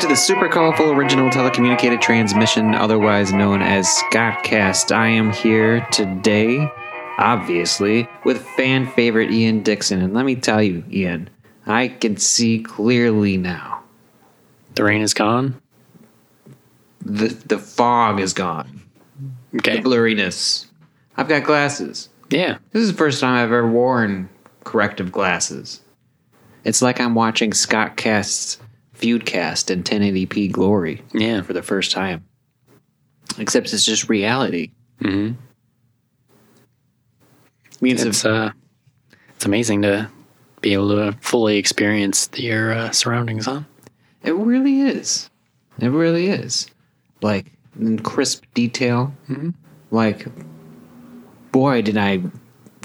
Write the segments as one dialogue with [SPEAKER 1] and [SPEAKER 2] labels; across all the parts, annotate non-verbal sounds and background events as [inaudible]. [SPEAKER 1] to the super colorful original telecommunicated transmission, otherwise known as Scottcast. I am here today, obviously, with fan favorite Ian Dixon. And let me tell you, Ian, I can see clearly now.
[SPEAKER 2] The rain is gone.
[SPEAKER 1] The, the fog is gone,
[SPEAKER 2] Okay.
[SPEAKER 1] the blurriness. I've got glasses.
[SPEAKER 2] Yeah.
[SPEAKER 1] This is the first time I've ever worn corrective glasses. It's like I'm watching Scott Cast's Feudcast in 1080p glory
[SPEAKER 2] Yeah.
[SPEAKER 1] for the first time. Except it's just reality.
[SPEAKER 2] Mhm.
[SPEAKER 1] Means it's
[SPEAKER 2] It's uh, it's amazing to be able to fully experience the- your uh, surroundings on.
[SPEAKER 1] it really is. It really is. Like in crisp detail. Like, boy, did I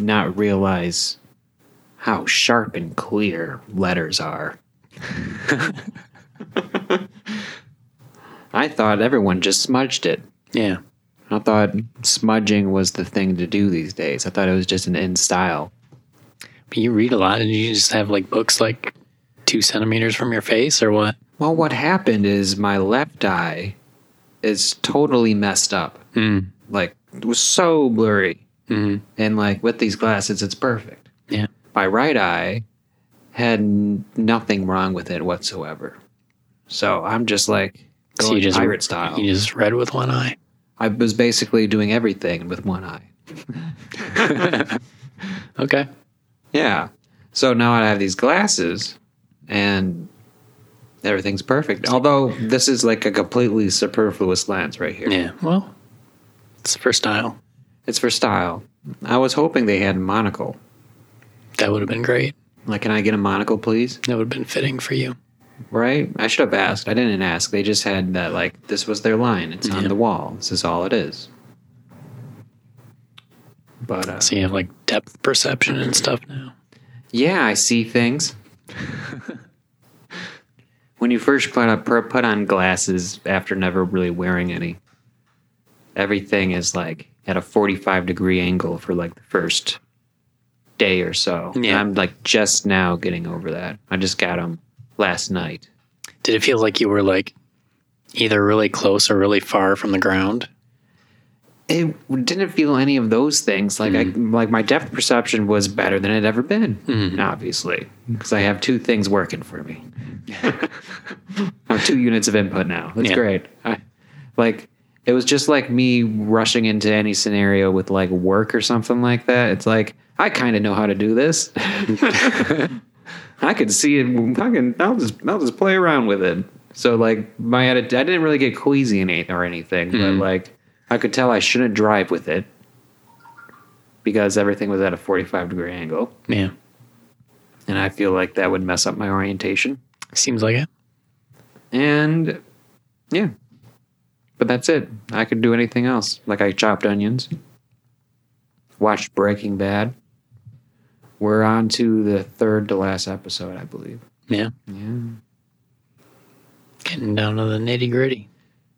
[SPEAKER 1] not realize how sharp and clear letters are. [laughs] I thought everyone just smudged it.
[SPEAKER 2] Yeah.
[SPEAKER 1] I thought smudging was the thing to do these days. I thought it was just an in style.
[SPEAKER 2] But you read a lot, and you just have like books like two centimeters from your face, or what?
[SPEAKER 1] Well, what happened is my left eye is totally messed up.
[SPEAKER 2] Mm.
[SPEAKER 1] Like, it was so blurry.
[SPEAKER 2] Mhm.
[SPEAKER 1] And, like, with these glasses, it's perfect.
[SPEAKER 2] Yeah.
[SPEAKER 1] My right eye had n- nothing wrong with it whatsoever. So I'm just like
[SPEAKER 2] So
[SPEAKER 1] going
[SPEAKER 2] you just
[SPEAKER 1] pirate style.
[SPEAKER 2] You just read with one eye.
[SPEAKER 1] I was basically doing everything with one eye.
[SPEAKER 2] Okay.
[SPEAKER 1] Yeah. So now I have these glasses and everything's perfect. Although this is like a completely superfluous lens right here.
[SPEAKER 2] Yeah. Well, it's for style.
[SPEAKER 1] It's for style. I was hoping they had a monocle.
[SPEAKER 2] That would have been great.
[SPEAKER 1] Like, can I get a monocle, please?
[SPEAKER 2] That would have been fitting for you.
[SPEAKER 1] Right? I should have asked. I didn't ask. They just had that, like, this was their line. It's on
[SPEAKER 2] Yeah.
[SPEAKER 1] the wall. This is all it is. But uh,
[SPEAKER 2] So you have like depth perception and stuff now.
[SPEAKER 1] yeah, I see things. when you first put on, per- put on glasses after never really wearing any, everything is like at a 45 degree angle for like the first day or so. And
[SPEAKER 2] Yeah.
[SPEAKER 1] I'm like just now getting over that. I just got them last night.
[SPEAKER 2] Did it feel like you were like either really close or really far from the ground?
[SPEAKER 1] It didn't feel any of those things. Like I, like my depth perception was better than it had ever been, obviously, because I have two things working for me. I have two units of input now. That's
[SPEAKER 2] Yeah.
[SPEAKER 1] great. I, like it was just like me rushing into any scenario with like work or something like that. It's like I kind of know how to do this. [laughs] I could see it. I can. I'll just. I'll just play around with it. So like my attitude, I didn't really get queasy in it or anything, but like I could tell I shouldn't drive with it because everything was at a forty-five degree angle,
[SPEAKER 2] Yeah.
[SPEAKER 1] and I feel like that would mess up my orientation.
[SPEAKER 2] Seems like it.
[SPEAKER 1] And yeah, but that's it. I could do anything else. Like I chopped onions, watched Breaking Bad. We're on to the third to last episode, I believe.
[SPEAKER 2] Yeah.
[SPEAKER 1] Yeah.
[SPEAKER 2] Getting down to the nitty gritty.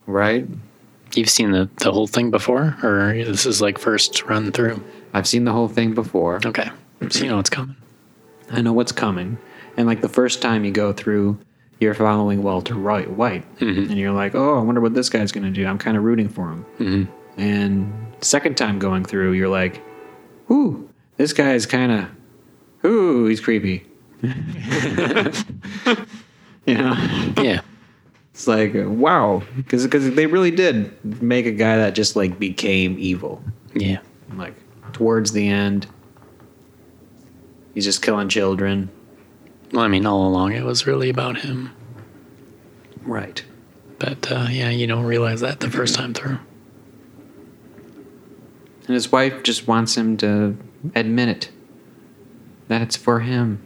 [SPEAKER 1] Right?
[SPEAKER 2] You've seen the, the whole thing before, or this is like first run through?
[SPEAKER 1] I've seen the whole thing before.
[SPEAKER 2] Okay. So you know what's coming.
[SPEAKER 1] I know what's coming. And like the first time you go through, you're following Walter Wright, White, and you're like, oh, I wonder what this guy's going to do. I'm kind of rooting for him. Mm-hmm. And second time going through, you're like, ooh, this guy is kind of, ooh, he's [laughs] creepy. you know,
[SPEAKER 2] Yeah.
[SPEAKER 1] it's like wow, because they really did make a guy that just like became evil.
[SPEAKER 2] Yeah.
[SPEAKER 1] Like towards the end, he's just killing children.
[SPEAKER 2] Well, I mean, all along it was really about him.
[SPEAKER 1] Right.
[SPEAKER 2] But uh, yeah, you don't realize that the first time through.
[SPEAKER 1] And his wife just wants him to admit it. That it's for him.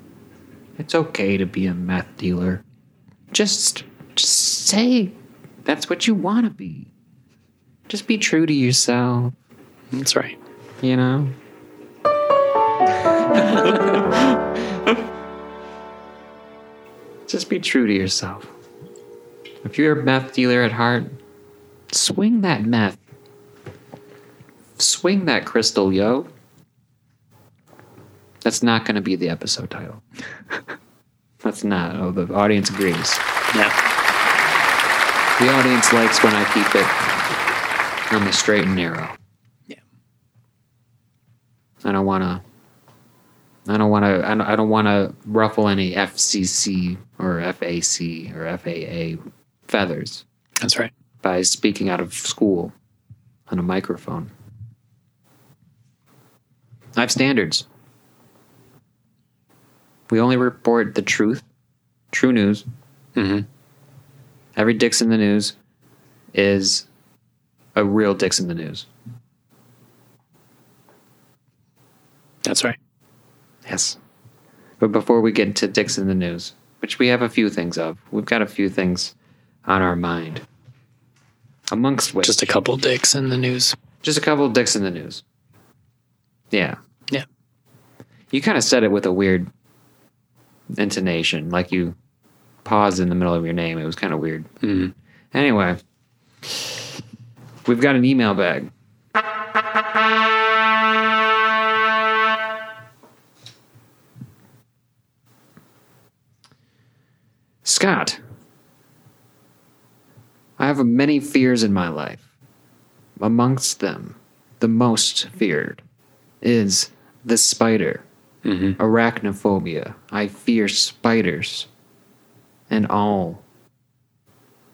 [SPEAKER 1] It's okay to be a meth dealer. Just, just say that's what you want to be. Just be true to yourself,
[SPEAKER 2] That's right.
[SPEAKER 1] you know? [laughs] just be true to yourself. If you're a meth dealer at heart, swing that meth. Swing that crystal, yo. That's not going to be the [laughs] episode title. That's not. Oh, the audience agrees.
[SPEAKER 2] Yeah.
[SPEAKER 1] The audience likes when I keep it on the straight and narrow.
[SPEAKER 2] Yeah.
[SPEAKER 1] I don't want to. I don't want to. I don't, I don't want to ruffle any FCC or FAC or FAA feathers
[SPEAKER 2] That's right.
[SPEAKER 1] by speaking out of school on a microphone. I have standards. We only report the truth, true news.
[SPEAKER 2] Mhm.
[SPEAKER 1] Every Dick's in the news is a real Dick's in the news.
[SPEAKER 2] That's right.
[SPEAKER 1] Yes. But before we get to Dick's in the news, which we have a few things of, we've got a few things on our mind. Amongst which,
[SPEAKER 2] Just a couple dicks in the news.
[SPEAKER 1] Just a couple of dicks in the news. Yeah.
[SPEAKER 2] Yeah.
[SPEAKER 1] You kind of said it with a weird intonation, like you paused in the middle of your name. It was kind of weird.
[SPEAKER 2] Mhm.
[SPEAKER 1] Anyway, we've got an email bag. Scott, I have many fears in my life amongst them, the most feared is the spider.
[SPEAKER 2] Mhm.
[SPEAKER 1] Arachnophobia. I fear spiders and all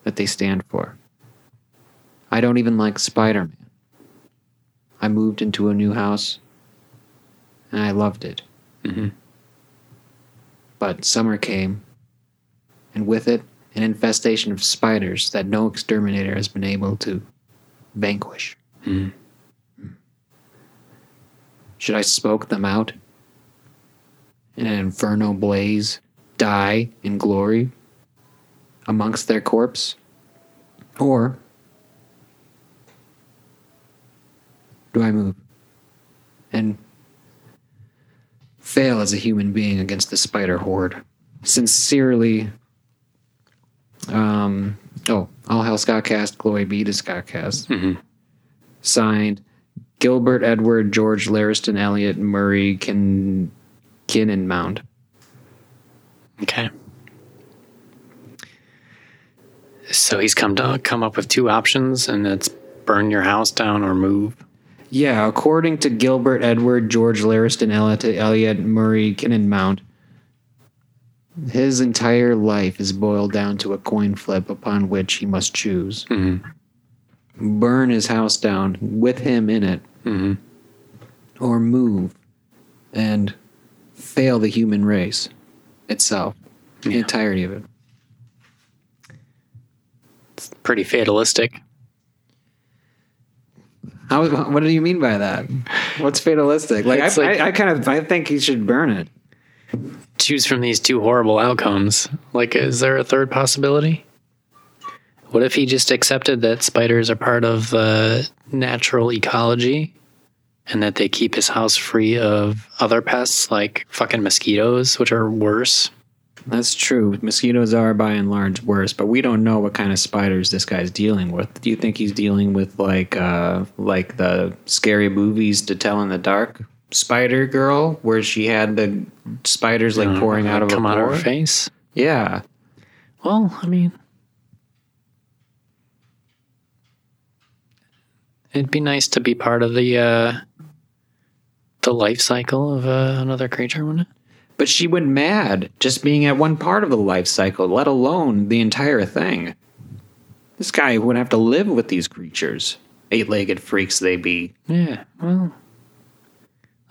[SPEAKER 1] that they stand for. I don't even like Spider Man. I moved into a new house and I loved it.
[SPEAKER 2] Mhm.
[SPEAKER 1] But summer came, and with it, an infestation of spiders that no exterminator has been able to vanquish. Should I smoke them out? In an inferno blaze, die in glory amongst their corpse? Or do I move and fail as a human being against the spider horde? Sincerely, um, oh, all hell Scott Cast, glory be to Scott Cast signed Gilbert Edward, George Lariston, Elliot Murray, Kin Kinnenmount.
[SPEAKER 2] Okay. So he's come to come up with two options, and it's burn your house down or move.
[SPEAKER 1] Yeah, according to Gilbert Edward, George Lariston, Elliot, Elliot Murray, Kinnenmount, his entire life is boiled down to a coin flip upon which he must choose. Burn his house down with him in it, or move and fail the human race itself, the entirety of it.
[SPEAKER 2] Pretty fatalistic.
[SPEAKER 1] How, what do you mean by that? What's fatalistic? Like, I,
[SPEAKER 2] It's like-
[SPEAKER 1] I, I kind of I think he should burn it.
[SPEAKER 2] Choose from these two horrible outcomes. Like, is there a third possibility? What if he just accepted that spiders are part of the natural ecology and that they keep his house free of other pests like fucking mosquitoes, which are worse?
[SPEAKER 1] That's true. Mosquitoes are by and large worse, but we don't know what kind of spiders this guy's dealing with. Do you think he's dealing with like uh like the scary movies to tell in the dark spider girl where she had the spiders like pouring out of
[SPEAKER 2] Uh, come
[SPEAKER 1] a
[SPEAKER 2] out of
[SPEAKER 1] pore?
[SPEAKER 2] her face?
[SPEAKER 1] Yeah.
[SPEAKER 2] Well, I mean, it'd be nice to be part of the uh, the life cycle of uh, another creature, wouldn't it?
[SPEAKER 1] But she went mad just being at one part of the life cycle, let alone the entire thing. This guy would have to live with these creatures. Eight legged freaks they be.
[SPEAKER 2] Yeah. Well,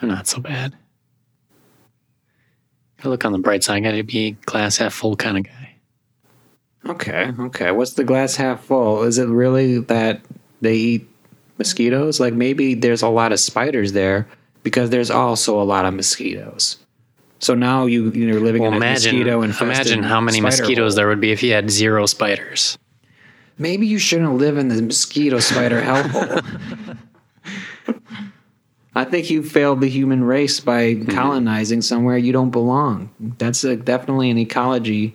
[SPEAKER 2] they're not so bad. Gotta Look on the bright side. Got to be a glass half full kind of guy.
[SPEAKER 1] Okay, okay. What's the glass half full? Is it really that they eat mosquitoes? Like maybe there's a lot of spiders there because there's also a lot of mosquitoes. So now you you're living
[SPEAKER 2] Well,
[SPEAKER 1] in a
[SPEAKER 2] imagine
[SPEAKER 1] mosquito infested
[SPEAKER 2] imagine how many
[SPEAKER 1] spider
[SPEAKER 2] mosquitoes
[SPEAKER 1] hole.
[SPEAKER 2] there would be if you had zero spiders.
[SPEAKER 1] Maybe you shouldn't live in the mosquito
[SPEAKER 2] [laughs]
[SPEAKER 1] spider hellhole. I think you failed the human race by
[SPEAKER 2] Mm-hmm.
[SPEAKER 1] colonizing somewhere you don't belong. That's a, definitely an ecology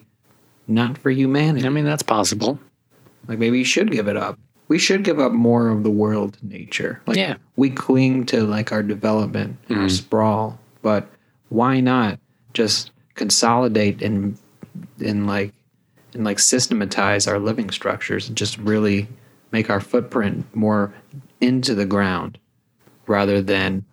[SPEAKER 1] not for humanity.
[SPEAKER 2] I mean, that's possible.
[SPEAKER 1] Like maybe you should give it up. We should give up more of the world to nature. Like
[SPEAKER 2] Yeah.
[SPEAKER 1] we cling to like our development, our sprawl, but why not just consolidate and and like and like systematize our living structures and just really make our footprint more into the ground rather than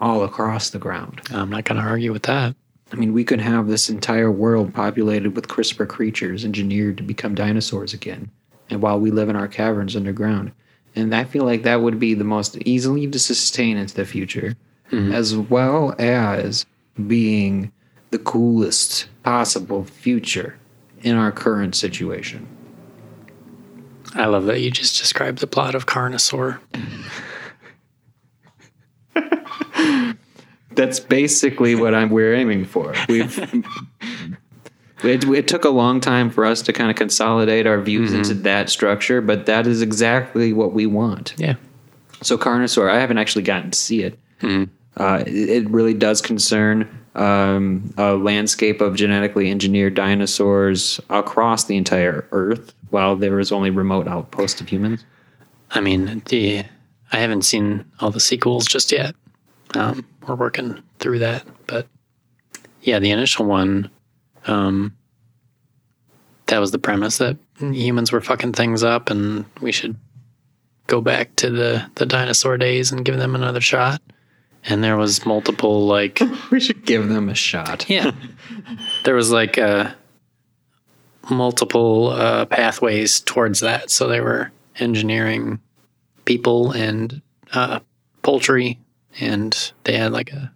[SPEAKER 1] all across the ground.
[SPEAKER 2] I'm not going to argue with that.
[SPEAKER 1] I mean, we could have this entire world populated with CRISPR creatures engineered to become dinosaurs again, and while we live in our caverns underground. And I feel like that would be the most easily to sustain into the future, as well as being the coolest possible future in our current situation.
[SPEAKER 2] I love that you just described the plot of Carnosaur.
[SPEAKER 1] That's basically what I'm we're aiming for. We've [laughs] it, it took a long time for us to kind of consolidate our views into that structure, but that is exactly what we want.
[SPEAKER 2] Yeah.
[SPEAKER 1] So Carnosaur, I haven't actually gotten to see it. Uh, it, it really does concern um, a landscape of genetically engineered dinosaurs across the entire Earth, while there is only remote outposts of humans.
[SPEAKER 2] I mean, the I haven't seen all the sequels just yet. Um, we're working through that, but yeah, the initial one, um, that was the premise that humans were fucking things up, and we should go back to the the dinosaur days and give them another shot. And there was multiple like
[SPEAKER 1] We should give them a shot.
[SPEAKER 2] yeah, there was like uh, multiple uh, pathways towards that. So they were engineering people and uh, poultry, and they had like a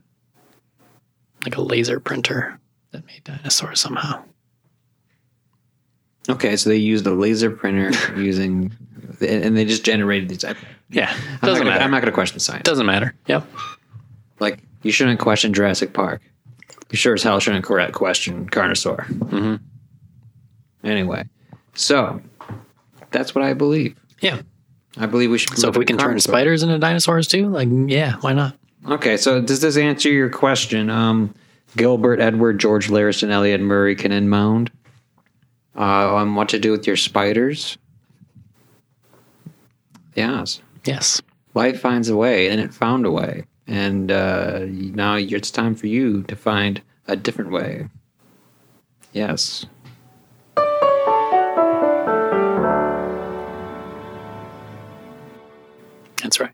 [SPEAKER 2] like a laser printer that made dinosaurs somehow.
[SPEAKER 1] Okay, so they used a laser
[SPEAKER 2] [laughs]
[SPEAKER 1] printer using, and and they just generated these. Okay.
[SPEAKER 2] Yeah,
[SPEAKER 1] I'm not
[SPEAKER 2] doesn't
[SPEAKER 1] gonna-
[SPEAKER 2] matter.
[SPEAKER 1] I'm not going to question science.
[SPEAKER 2] doesn't matter. Yep.
[SPEAKER 1] like you shouldn't question Jurassic Park. You sure as hell shouldn't correct question Carnosaur. Mm-hmm. Anyway, so that's what I believe.
[SPEAKER 2] Yeah.
[SPEAKER 1] I believe we should.
[SPEAKER 2] So if we can turn
[SPEAKER 1] Carnosaur.
[SPEAKER 2] spiders into dinosaurs too, like yeah, why not?
[SPEAKER 1] Okay, so does this answer your question? Um, Gilbert, Edward, George, Larison, Elliot, Murray, Kinnan, Mound. Uh, on what to do with your spiders? Yes.
[SPEAKER 2] Yes.
[SPEAKER 1] life finds a way and it found a way and uh, now it's time for you to find a different way yes
[SPEAKER 2] That's right.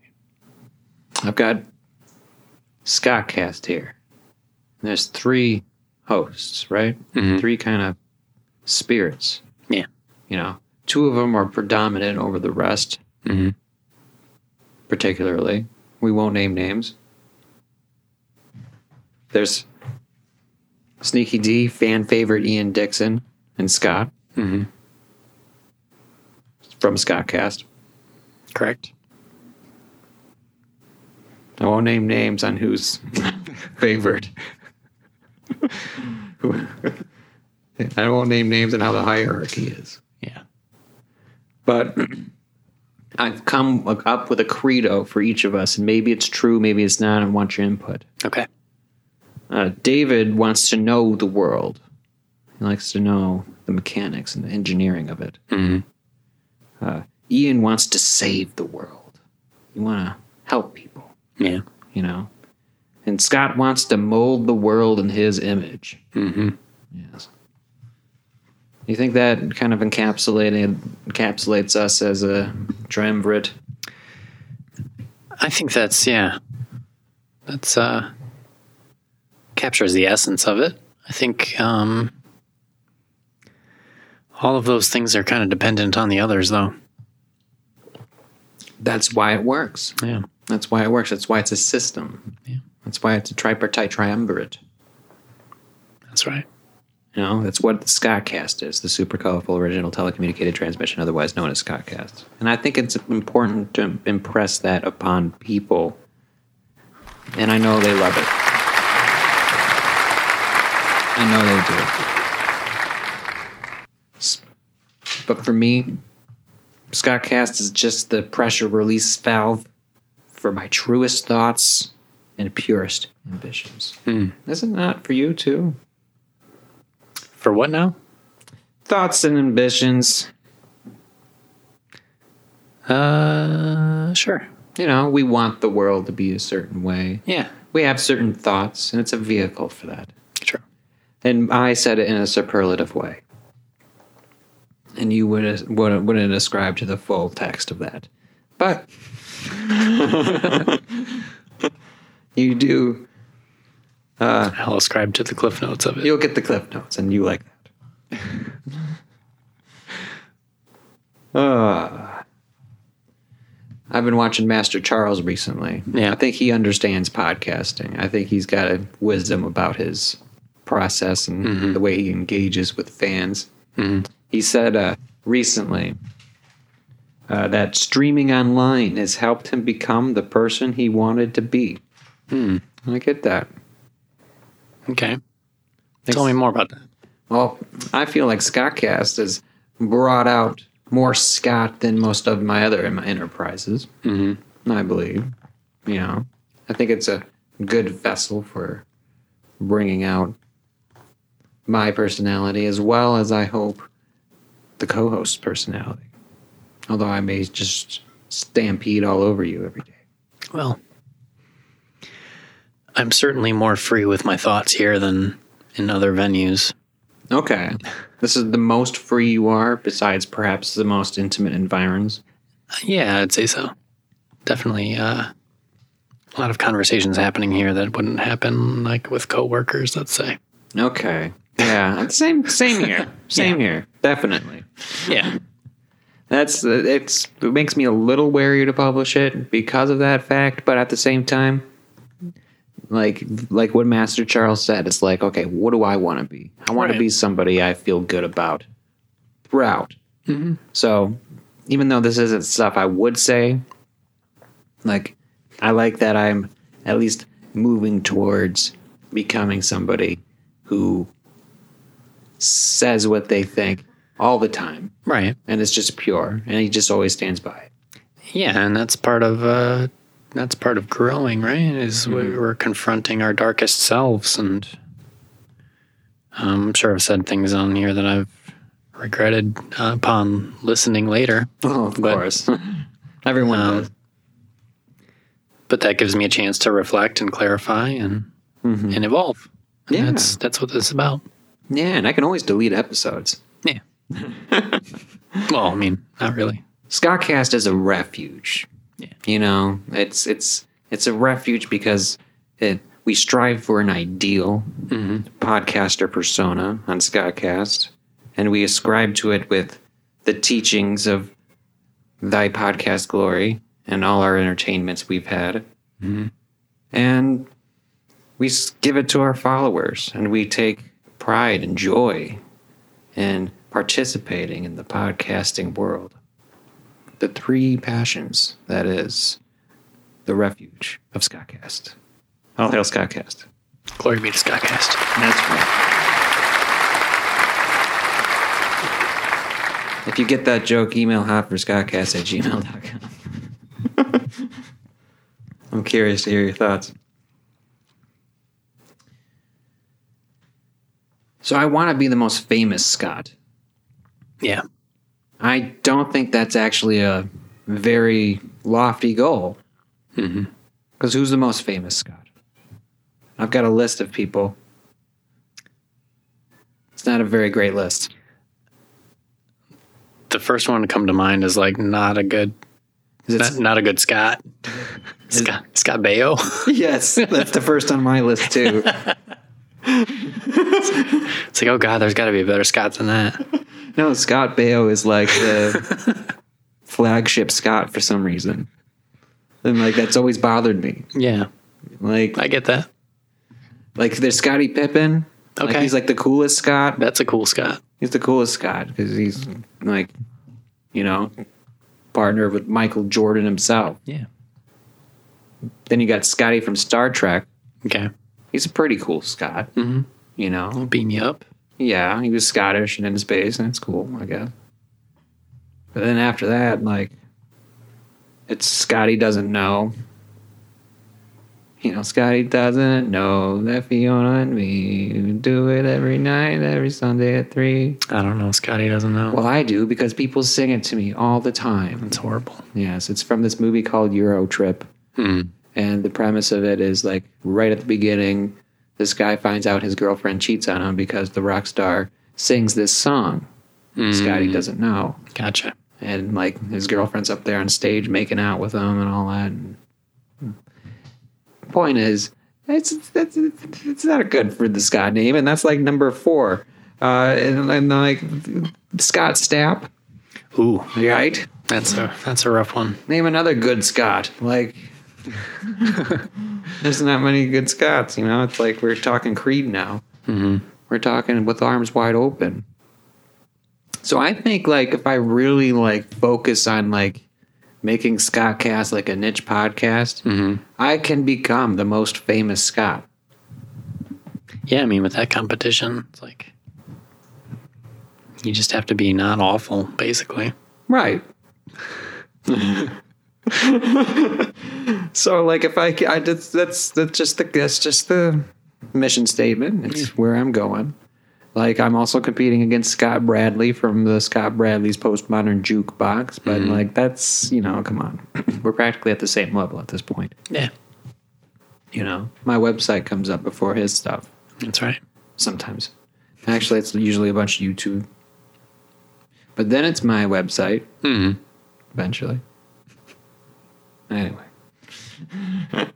[SPEAKER 1] i've got scottcast here And there's three hosts right
[SPEAKER 2] Mhm.
[SPEAKER 1] three kind of spirits
[SPEAKER 2] Yeah.
[SPEAKER 1] you know two of them are predominant over the rest
[SPEAKER 2] Mhm.
[SPEAKER 1] particularly we won't name names there's sneaky d fan favorite ian dixon and scott
[SPEAKER 2] Mhm.
[SPEAKER 1] from scottcast
[SPEAKER 2] Correct.
[SPEAKER 1] I won't name names on who's favored. I won't name names on how the hierarchy is.
[SPEAKER 2] Yeah.
[SPEAKER 1] But I've come up with a credo for each of us, and maybe it's true, maybe it's not. I want your input.
[SPEAKER 2] Okay.
[SPEAKER 1] Uh, David wants to know the world. He likes to know the mechanics and the engineering of it.
[SPEAKER 2] Mhm.
[SPEAKER 1] Uh, Ian wants to save the world. You want to help people
[SPEAKER 2] Yeah.
[SPEAKER 1] you know. And Scott wants to mold the world in his image.
[SPEAKER 2] Mm-hmm.
[SPEAKER 1] Yes. You think that kind of encapsulated encapsulates us as a triumvirate?
[SPEAKER 2] I think that's yeah. That's uh captures the essence of it. I think um all of those things are kind of dependent on the others though.
[SPEAKER 1] That's why it works.
[SPEAKER 2] Yeah.
[SPEAKER 1] That's why it works. That's why it's a system.
[SPEAKER 2] Yeah.
[SPEAKER 1] That's why it's a tripartite triumvirate.
[SPEAKER 2] That's right.
[SPEAKER 1] You know, that's what the Scottcast is, the super colorful original telecommunicated transmission, otherwise known as Scottcast. And I think it's important to impress that upon people. And I know they love it. I know they do. S- But for me, Scottcast is just the pressure release valve for my truest thoughts and purest ambitions. Is it not for you too?
[SPEAKER 2] For what now?
[SPEAKER 1] thoughts and ambitions.
[SPEAKER 2] Uh sure.
[SPEAKER 1] You know, we want the world to be a certain way.
[SPEAKER 2] Yeah.
[SPEAKER 1] We have certain thoughts, and it's a vehicle for that.
[SPEAKER 2] Sure.
[SPEAKER 1] And I said it in a superlative way. and you would, uh, would, wouldn't ascribe to the full text of that. But [laughs] you do,
[SPEAKER 2] I'll ascribe to the cliff notes of it.
[SPEAKER 1] you'll get the cliff notes, and you like that. [laughs] uh, I've been watching Master Charles recently.
[SPEAKER 2] Yeah.
[SPEAKER 1] I think he understands podcasting. I think he's got a wisdom about his process and
[SPEAKER 2] Mm-hmm.
[SPEAKER 1] the way he engages with fans. He said uh, recently uh, that streaming online has helped him become the person he wanted to be.
[SPEAKER 2] Hmm.
[SPEAKER 1] I get that.
[SPEAKER 2] Okay. Tell me more about that.
[SPEAKER 1] Well, I feel like Scottcast has brought out more Scott than most of my other em- enterprises. Mm-hmm. I believe, you know, I think it's a good vessel for bringing out my personality as well as I hope the co-host's personality. Although I may just stampede all over you every day.
[SPEAKER 2] Well, I'm certainly more free with my thoughts here than in other venues.
[SPEAKER 1] Okay, this is the most free you are, besides perhaps the most intimate environs.
[SPEAKER 2] Yeah, I'd say so. Definitely uh, a lot of conversations happening here that wouldn't happen like with coworkers, let's say.
[SPEAKER 1] Okay. Yeah. [laughs] same. Same here. Same here. Definitely.
[SPEAKER 2] Yeah.
[SPEAKER 1] That's uh, it's. It makes me a little wary to publish it because of that fact. But at the same time, like like what Master Charles said, it's like okay, what do I want to be? I want
[SPEAKER 2] Right.
[SPEAKER 1] to be somebody I feel good about throughout. So even though this isn't stuff I would say, like I like that I'm at least moving towards becoming somebody who says what they think all the time
[SPEAKER 2] Right.
[SPEAKER 1] and it's just pure and he just always stands by it
[SPEAKER 2] Yeah, and that's part of uh, that's part of growing, right? Is we- we're confronting our darkest selves, and um, I'm sure I've said things on here that I've regretted uh, upon listening later.
[SPEAKER 1] oh of course [laughs] Um, everyone does
[SPEAKER 2] But that gives me a chance to reflect and clarify and and evolve. And
[SPEAKER 1] Yeah.
[SPEAKER 2] that's that's what this is about.
[SPEAKER 1] yeah and i can always delete episodes
[SPEAKER 2] [laughs] Yeah. well, I mean, not really.
[SPEAKER 1] scottcast is a refuge
[SPEAKER 2] Yeah.
[SPEAKER 1] you know it's it's it's a refuge because it we strive for an ideal podcaster persona on scottcast and we ascribe to it with the teachings of thy podcast glory and all our entertainments we've had and we s- give it to our followers and we take pride and joy in participating in the podcasting world the three passions that is the refuge of scottcast all hail scottcast
[SPEAKER 2] Glory be to Scottcast.
[SPEAKER 1] that's right if you get that joke email hot for scottcast at gmail.com [laughs] i'm curious to hear your thoughts so i want to be the most famous scott
[SPEAKER 2] Yeah.
[SPEAKER 1] I don't think that's actually a very lofty goal. Because who's the most famous, Scott? I've got a list of people. It's not a very great list.
[SPEAKER 2] The first one to come to mind is like not a good
[SPEAKER 1] Is it-
[SPEAKER 2] not, not a good [laughs] Scott. Scott Scott Baio.
[SPEAKER 1] [laughs]
[SPEAKER 2] [laughs]
[SPEAKER 1] yes, that's the first on my list too.
[SPEAKER 2] It's like, oh god, there's got to be a better Scott than that.
[SPEAKER 1] No, Scott Baio is like the flagship Scott for some reason, and like that's always bothered me.
[SPEAKER 2] Yeah,
[SPEAKER 1] Like,
[SPEAKER 2] I get that.
[SPEAKER 1] like there's Scotty Pippen. Like,
[SPEAKER 2] Okay.
[SPEAKER 1] he's like the coolest Scott.
[SPEAKER 2] That's a cool Scott.
[SPEAKER 1] He's the coolest Scott because he's like, you know, partner with Michael Jordan himself.
[SPEAKER 2] Yeah.
[SPEAKER 1] Then you got Scotty from Star Trek.
[SPEAKER 2] Okay.
[SPEAKER 1] He's a pretty cool Scott.
[SPEAKER 2] Mm-hmm.
[SPEAKER 1] You know,
[SPEAKER 2] Beam you up.
[SPEAKER 1] yeah, he was Scottish and in space, and it's cool, I guess. But then after that, like, it's Scotty doesn't know. You know, Scotty doesn't know that Fiona and me do it every night, every Sunday at three.
[SPEAKER 2] I don't know. Scotty doesn't know.
[SPEAKER 1] Well, I do because people sing it to me all the time.
[SPEAKER 2] It's horrible.
[SPEAKER 1] Yes, it's from this movie called Euro Trip.
[SPEAKER 2] Hmm.
[SPEAKER 1] And the premise of it is like right at the beginning, this guy finds out his girlfriend cheats on him because the rock star sings this song Scotty doesn't know.
[SPEAKER 2] Gotcha.
[SPEAKER 1] And like his girlfriend's up there on stage making out with him and all that. And point is, it's it's, it's not good for the Scott name, and that's like number four. Uh, and, and like Scott Stapp,
[SPEAKER 2] Ooh,
[SPEAKER 1] right?
[SPEAKER 2] that's a that's a rough one.
[SPEAKER 1] Name another good Scott. Like, there's not many good Scots, you know? It's like we're talking Creed now.
[SPEAKER 2] Mm-hmm.
[SPEAKER 1] We're talking with arms wide open. So I think, like, if I really, like, focus on, like, making Scottcast, like, a niche podcast,
[SPEAKER 2] Mm-hmm.
[SPEAKER 1] I can become the most famous Scott.
[SPEAKER 2] Yeah, I mean, with that competition, it's like you just have to be not awful, basically.
[SPEAKER 1] Right. so like if I, I that's that's that's just the that's just the mission statement. It's where I'm going. Like I'm also competing against Scott Bradley from the Scott Bradley's Postmodern Jukebox, but like that's you know come on, [clears throat] we're practically at the same level at this point.
[SPEAKER 2] Yeah,
[SPEAKER 1] You know, my website comes up before his stuff
[SPEAKER 2] that's right.
[SPEAKER 1] sometimes. Actually, it's usually a bunch of YouTube, but then it's my website,
[SPEAKER 2] hmm
[SPEAKER 1] eventually. Anyway. [laughs]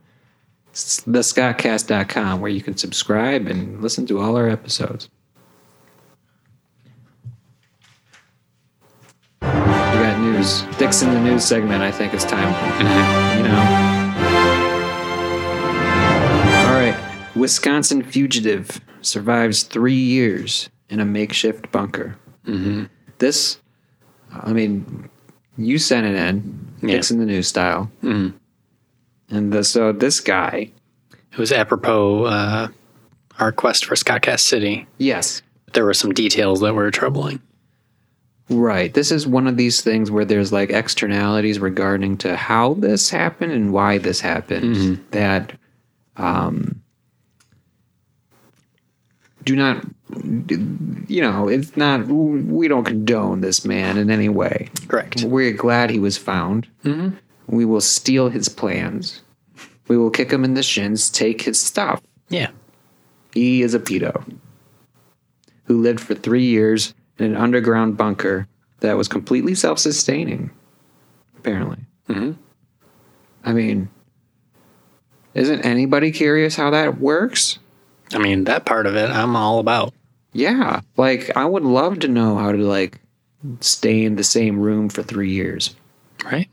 [SPEAKER 1] It's thescottcast.com where you can subscribe and listen to all our episodes. We got news. Dick's in the news segment, I think it's time. You know. All right. Wisconsin fugitive survives three years in a makeshift bunker. This, I mean, you sent it in.
[SPEAKER 2] Yeah.
[SPEAKER 1] Dick's in the news style.
[SPEAKER 2] Mhm.
[SPEAKER 1] And the, so this guy,
[SPEAKER 2] It was apropos uh, our quest for Scottcast City.
[SPEAKER 1] yes,
[SPEAKER 2] There were some details that were troubling.
[SPEAKER 1] right. This is one of these things where there's like externalities regarding to how this happened and why this happened that um, do not, you know, it's not, we don't condone this man in any way.
[SPEAKER 2] Correct.
[SPEAKER 1] We're glad he was found.
[SPEAKER 2] Mhm.
[SPEAKER 1] We will steal his plans. We will kick him in the shins, take his stuff.
[SPEAKER 2] Yeah.
[SPEAKER 1] He is a pedo who lived for three years in an underground bunker that was completely self sustaining, apparently.
[SPEAKER 2] Mhm.
[SPEAKER 1] I mean, isn't anybody curious how that works?
[SPEAKER 2] I mean, that part of it, I'm all about.
[SPEAKER 1] Yeah. Like, I would love to know how to, like, stay in the same room for three years,
[SPEAKER 2] Right?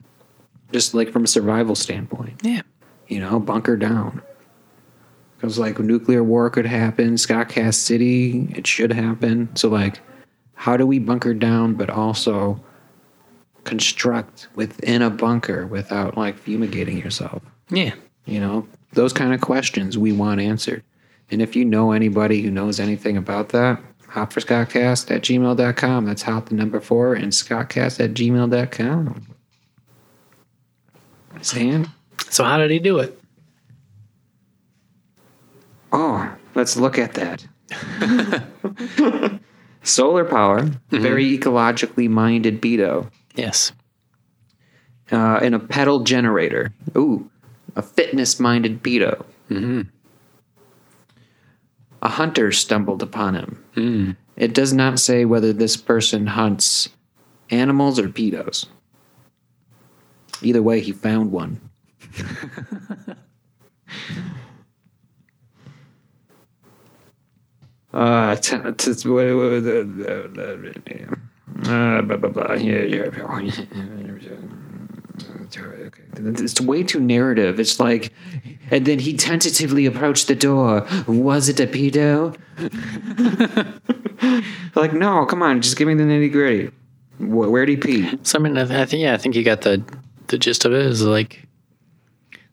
[SPEAKER 1] just like from a survival standpoint.
[SPEAKER 2] Yeah.
[SPEAKER 1] you know, bunker down. Because like nuclear war could happen, Scottcast City, it should happen. So like, how do we bunker down, but also construct within a bunker without like fumigating yourself?
[SPEAKER 2] Yeah.
[SPEAKER 1] You know, those kind of questions we want answered. And if you know anybody who knows anything about that, hop for Scottcast at gmail.com. That's hop the number four and Scottcast at gmail.com. Stan?
[SPEAKER 2] So, how did he do it?
[SPEAKER 1] Oh, let's look at that. [laughs] Solar power, very ecologically minded Beto,
[SPEAKER 2] Yes.
[SPEAKER 1] uh, and a pedal generator. Ooh, a fitness minded Beto. Mm-hmm.
[SPEAKER 2] Mhm.
[SPEAKER 1] A hunter stumbled upon him.
[SPEAKER 2] Mm.
[SPEAKER 1] It does not say whether this person hunts animals or pedos. Either way, he found [laughs] one. Uh, t- t- t- what- what- uh, blah, blah, blah. Yeah, yeah. Okay. It's way too narrative. It's like, and then he tentatively approached the door. Was it a pedo? [laughs] like, no, come on, just give me the nitty gritty. Wh- where'd he pee?
[SPEAKER 2] So I mean, I, th- I think yeah, I think you got the the gist of it. Is like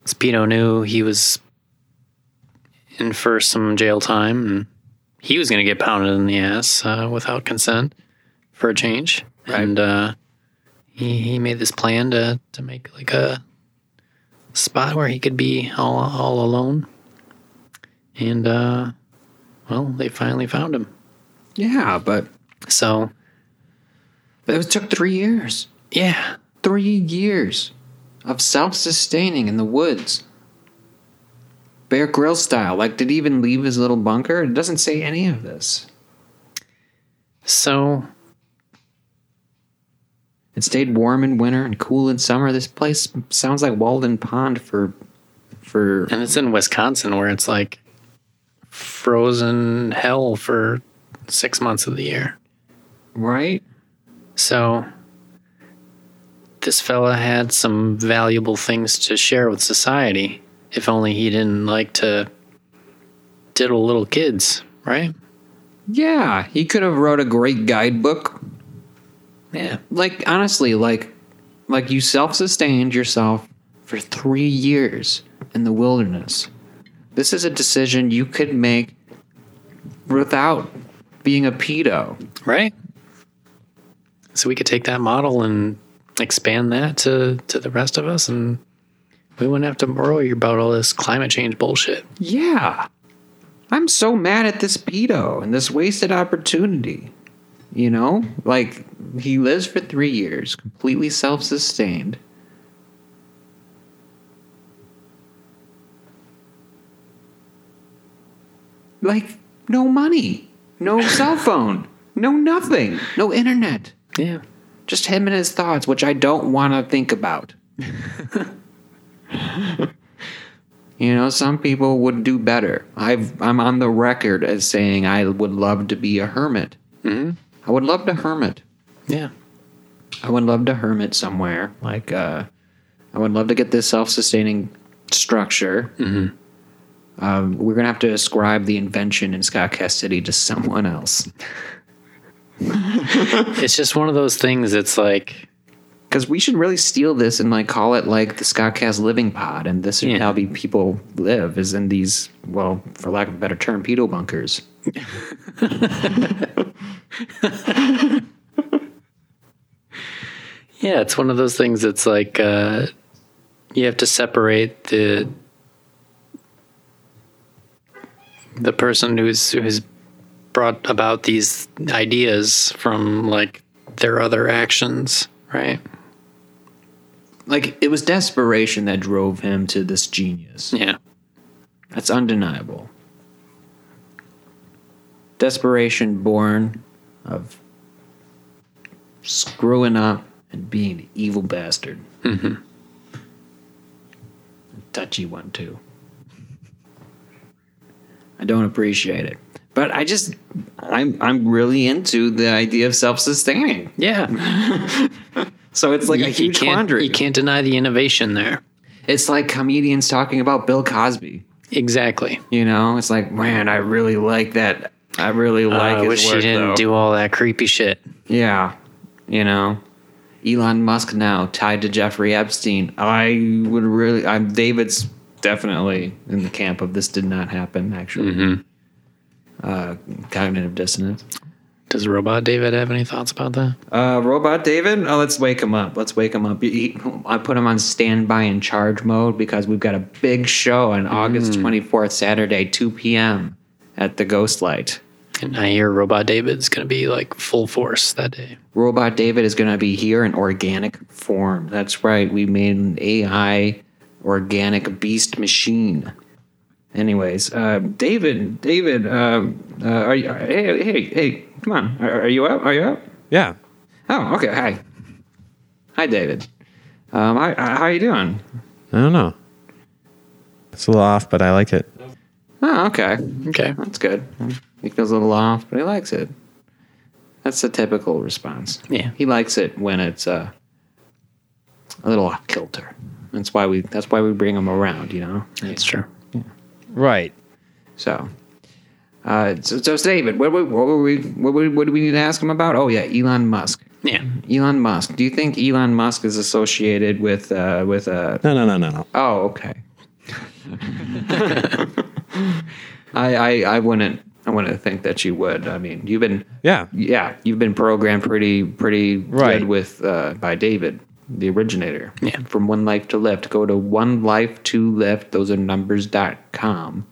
[SPEAKER 2] Speedo knew he was in for some jail time, and he was going to get pounded in the ass uh, without consent for a change. And uh, he he made this plan to to make like a spot where he could be all all alone. And uh, well, they finally found him.
[SPEAKER 1] Yeah, but
[SPEAKER 2] So
[SPEAKER 1] it took three years.
[SPEAKER 2] yeah,
[SPEAKER 1] Three years of self sustaining in the woods. Bear Grill style. Like, did he even leave his little bunker? It doesn't say any of this.
[SPEAKER 2] So
[SPEAKER 1] It stayed warm in winter and cool in summer. This place sounds like Walden Pond for for
[SPEAKER 2] And it's in Wisconsin where it's like frozen hell for six months of the year.
[SPEAKER 1] right.
[SPEAKER 2] So this fella had some valuable things to share with society, if only he didn't like to diddle little kids, right?
[SPEAKER 1] Yeah, he could have wrote a great guidebook.
[SPEAKER 2] Yeah.
[SPEAKER 1] Like honestly, like like you self-sustained yourself for 3 years in the wilderness. This is a decision you could make without being a pedo.
[SPEAKER 2] Right? So we could take that model and expand that to, to the rest of us and we wouldn't have to worry about all this climate change bullshit.
[SPEAKER 1] Yeah. I'm so mad at this pedo and this wasted opportunity. You know? Like, he lives for three years, completely self sustained. Like, no money, no cell phone, no nothing, no internet.
[SPEAKER 2] Yeah.
[SPEAKER 1] Just him and his thoughts, which I don't want to think about. you know, some people would do better. I've, I'm on the record as saying I would love to be a hermit.
[SPEAKER 2] hmm
[SPEAKER 1] I would love to hermit.
[SPEAKER 2] Yeah.
[SPEAKER 1] I would love to hermit somewhere. Like, uh, I would love to get this self sustaining structure. Um, we're going to have to ascribe the invention in Scott Cassidy to someone else.
[SPEAKER 2] It's just one of those things that's like,
[SPEAKER 1] Because we should really steal this and like call it like the Scottcast Living Pod, and this should
[SPEAKER 2] Yeah.
[SPEAKER 1] how be people live is in these well, for lack of a better term, pedo bunkers.
[SPEAKER 2] yeah, it's one of those things that's like, uh, you have to separate the the person who's who's brought about these ideas from like their other actions, right?
[SPEAKER 1] Like it was desperation that drove him to this genius.
[SPEAKER 2] Yeah.
[SPEAKER 1] That's undeniable. Desperation born of screwing up and being an evil bastard.
[SPEAKER 2] Mm-hmm.
[SPEAKER 1] Touchy one too. I don't appreciate it. But I just I'm I'm really into the idea of self-sustaining.
[SPEAKER 2] Yeah. [laughs]
[SPEAKER 1] So it's like a huge
[SPEAKER 2] can't,
[SPEAKER 1] quandary.
[SPEAKER 2] You can't deny the innovation there.
[SPEAKER 1] It's like comedians talking about Bill Cosby.
[SPEAKER 2] Exactly.
[SPEAKER 1] You know, it's like, man, I really like that. I really like
[SPEAKER 2] Uh, I
[SPEAKER 1] his
[SPEAKER 2] wish
[SPEAKER 1] work,
[SPEAKER 2] you didn't
[SPEAKER 1] though.
[SPEAKER 2] do all that creepy shit.
[SPEAKER 1] Yeah, you know, Elon Musk now tied to Jeffrey Epstein. I would really. I'm David's definitely in the camp of this did not happen. Actually,
[SPEAKER 2] Mm-hmm.
[SPEAKER 1] uh, cognitive dissonance.
[SPEAKER 2] Does Robot David have any thoughts about that?
[SPEAKER 1] Uh, Robot David. Oh, let's wake him up. Let's wake him up. He- I put him on standby and charge mode because we've got a big show on
[SPEAKER 2] Mm.
[SPEAKER 1] August 24th, Saturday, 2 p.m. at the Ghost Light.
[SPEAKER 2] And I hear Robot David's going to be like full force that day.
[SPEAKER 1] Robot David is going to be here in organic form. That's right. We made an AI organic beast machine. Anyways, uh, David, David, um, uh, are you? Hey, hey, hey! Come on, are, are you up? Are you up?
[SPEAKER 3] Yeah.
[SPEAKER 1] Oh, okay. Hi, hi, David. Um, hi, hi, how you doing?
[SPEAKER 3] I don't know. It's a little off, but I like it.
[SPEAKER 1] Oh, okay.
[SPEAKER 2] Okay.
[SPEAKER 1] That's good. He feels a little off, but he likes it. That's the typical response.
[SPEAKER 2] Yeah.
[SPEAKER 1] he likes it when it's uh, a little off kilter. That's why we that's why we bring him around, you know.
[SPEAKER 2] That's true.
[SPEAKER 3] Right.
[SPEAKER 1] So, uh, so, so David, what, what, what were we what, were- what do we need to ask him about? Oh yeah, Elon Musk.
[SPEAKER 2] Yeah.
[SPEAKER 1] Elon Musk. Do you think Elon Musk is associated with uh, with uh,
[SPEAKER 3] No, no, no, no, no.
[SPEAKER 1] Oh, okay. [laughs] I, I I wouldn't I wouldn't think that you would. I mean, you've been
[SPEAKER 3] Yeah.
[SPEAKER 1] yeah, you've been programmed pretty pretty
[SPEAKER 3] Right.
[SPEAKER 1] good with uh, by David, the originator.
[SPEAKER 2] Yeah.
[SPEAKER 1] From one life to lift, go to one life to lift. Those are numbers.com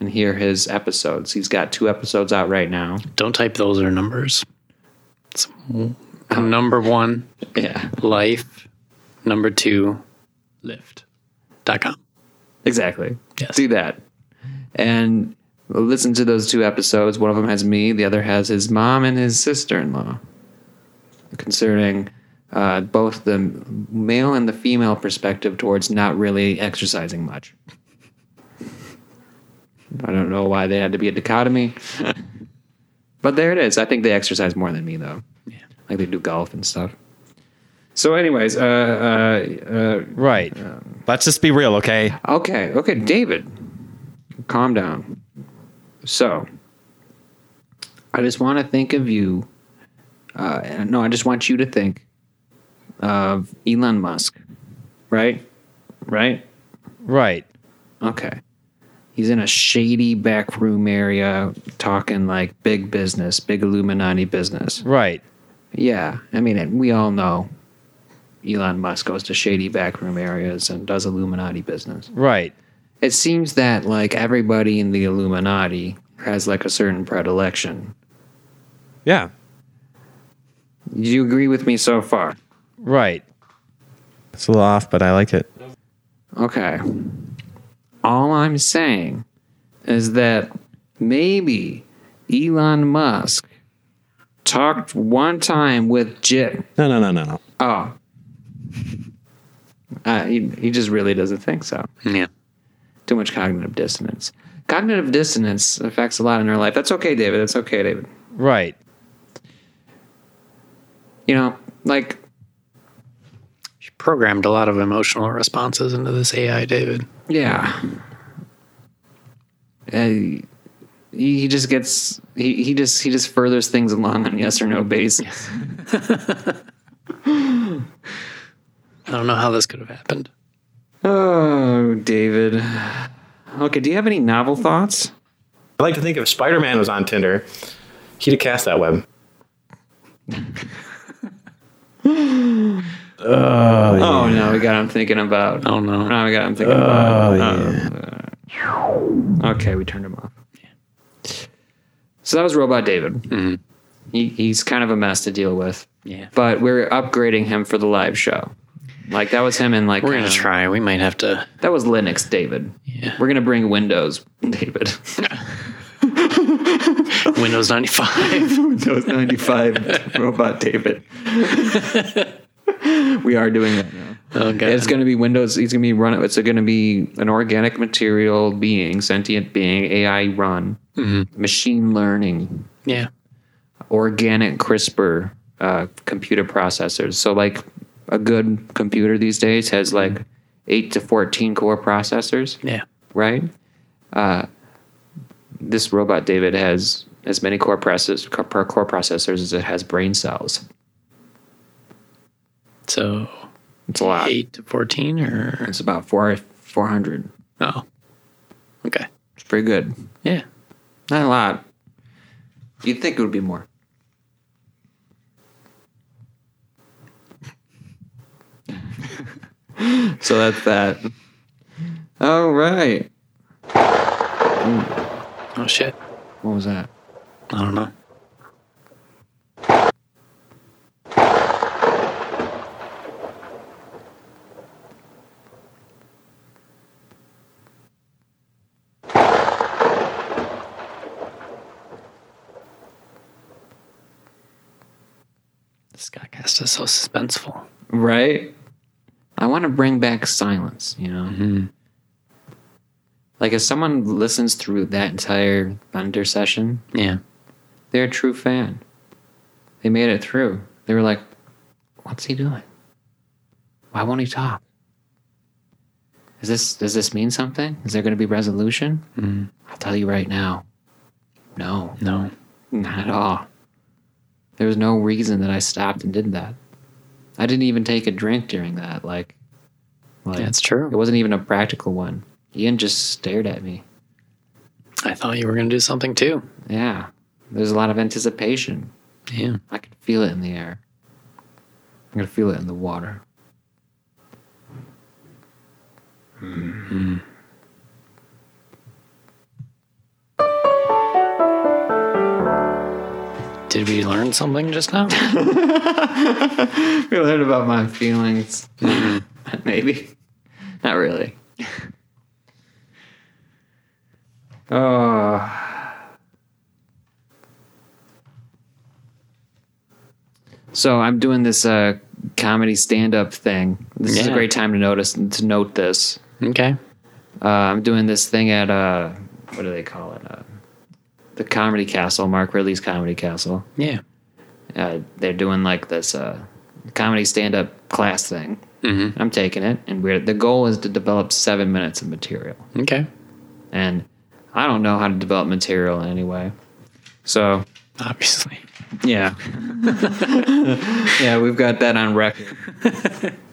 [SPEAKER 1] and hear his episodes. He's got two episodes out right now.
[SPEAKER 2] Don't type those are numbers. It's number one,
[SPEAKER 1] Yeah,
[SPEAKER 2] life. Number two, lift.com.
[SPEAKER 1] exactly.
[SPEAKER 2] Yes.
[SPEAKER 1] Do that and listen to those two episodes. One of them has me. The other has his mom and his sister in law concerning uh, both the male and the female perspective towards not really exercising much. I don't know why they had to be a dichotomy, [laughs] but there it is. I think they exercise more than me though. Yeah, like they do golf and stuff. So, anyways, uh,
[SPEAKER 3] Right. Let's just be real, okay?
[SPEAKER 1] uh, uh, okay, okay, David, calm down. So, I just want to think of you. Uh, no, I just want you to think of Elon Musk, right? Right?
[SPEAKER 3] Right.
[SPEAKER 1] Okay. He's in a shady back room area talking like big business, big Illuminati business.
[SPEAKER 3] Right.
[SPEAKER 1] Yeah, I mean, and we all know Elon Musk goes to shady backroom areas and does Illuminati business.
[SPEAKER 3] Right.
[SPEAKER 1] It seems that like everybody in the Illuminati has like a certain predilection.
[SPEAKER 3] Yeah.
[SPEAKER 1] Do you agree with me so far?
[SPEAKER 3] Right. It's a little off, but I like it.
[SPEAKER 1] Okay. All I'm saying is that maybe Elon Musk talked one time with Jip.
[SPEAKER 3] No, no, no, no, no.
[SPEAKER 1] Oh. Uh, he, he just really doesn't think so.
[SPEAKER 2] Yeah.
[SPEAKER 1] too much cognitive dissonance. Cognitive dissonance affects a lot in our life. That's okay, David. That's okay, David.
[SPEAKER 3] Right.
[SPEAKER 1] You know, like
[SPEAKER 2] She programmed a lot of emotional responses into this AI, David.
[SPEAKER 1] yeah, Uh, he, he just gets he, he just he just furthers things along on a yes or no basis.
[SPEAKER 2] I don't know how this could have happened.
[SPEAKER 1] Oh, David. Okay, do you have any novel thoughts?
[SPEAKER 4] I like to think if Spider Man was on Tinder, he'd have cast that web.
[SPEAKER 1] Oh no, we got. I'm thinking about.
[SPEAKER 2] Oh no.
[SPEAKER 1] Now we got. I'm thinking about. uh, okay, we turned him off. So that was Robot David. He, he's kind of a mess to deal with,
[SPEAKER 2] Mm-hmm. Yeah.
[SPEAKER 1] but we're upgrading him for the live show. Like that was him in like
[SPEAKER 2] We're gonna
[SPEAKER 1] uh,
[SPEAKER 2] try. We might have to.
[SPEAKER 1] that was Linux David.
[SPEAKER 2] Yeah.
[SPEAKER 1] We're gonna bring Windows David.
[SPEAKER 2] [laughs] Windows ninety five.
[SPEAKER 1] [laughs]
[SPEAKER 2] [laughs]
[SPEAKER 1] Windows 95 Robot [laughs] David. we are doing that now.
[SPEAKER 2] Oh god.
[SPEAKER 1] It's going to be Windows. He's going to be run. It's going to be an organic material being, sentient being, AI run, Mm-hmm. machine learning,
[SPEAKER 2] yeah.
[SPEAKER 1] organic CRISPR uh, computer processors. So, like a good computer these days has like eight to fourteen core processors,
[SPEAKER 2] Yeah.
[SPEAKER 1] right? Uh, this robot David has as many core process core core processors as it has brain cells.
[SPEAKER 2] So
[SPEAKER 1] It's a lot.
[SPEAKER 2] eight to fourteen or
[SPEAKER 1] It's about four four hundred.
[SPEAKER 2] oh. Okay.
[SPEAKER 1] It's pretty good.
[SPEAKER 2] Yeah.
[SPEAKER 1] Not a lot. You'd think it would be more. so that's that. All right.
[SPEAKER 2] Oh shit.
[SPEAKER 1] What was that?
[SPEAKER 2] I don't know. This Scottcast is so suspenseful.
[SPEAKER 1] Right? I want to bring back silence, you know? Like, if someone listens through that entire Thunder session,
[SPEAKER 2] Yeah.
[SPEAKER 1] they're a true fan. They made it through. They were like, "What's he doing? Why won't he talk? Is this does this mean something? Is there going to be resolution?" I'll tell you right now. No,
[SPEAKER 2] Mm, No.
[SPEAKER 1] not at all. There was no reason that I stopped and did that. I didn't even take a drink during that. Like, like
[SPEAKER 2] That's
[SPEAKER 1] it
[SPEAKER 2] true.
[SPEAKER 1] wasn't even a practical one. Ian just stared at me.
[SPEAKER 2] I thought you were going to do something too.
[SPEAKER 1] Yeah, there's a lot of anticipation.
[SPEAKER 2] Yeah.
[SPEAKER 1] I can feel it in the air. I can feel it in the water.
[SPEAKER 2] Did we learn something just now?
[SPEAKER 1] [laughs] We learned about my feelings. [laughs] Maybe. Not really. oh. So I'm doing this uh, comedy stand up thing. This is a
[SPEAKER 2] Yeah.
[SPEAKER 1] great time to notice to note this.
[SPEAKER 2] [laughs] Okay.
[SPEAKER 1] Uh, I'm doing this thing at uh, what do they call it? Uh, the Comedy Castle, Mark Ridley's Comedy Castle.
[SPEAKER 2] Yeah.
[SPEAKER 1] Uh, they're doing like this uh, comedy stand up class thing. Mm-hmm. I'm taking it, and we're the goal is to develop seven minutes of material.
[SPEAKER 2] Okay.
[SPEAKER 1] And I don't know how to develop material in any way. So
[SPEAKER 2] Obviously.
[SPEAKER 1] yeah. [laughs] yeah, we've got that on record. [laughs]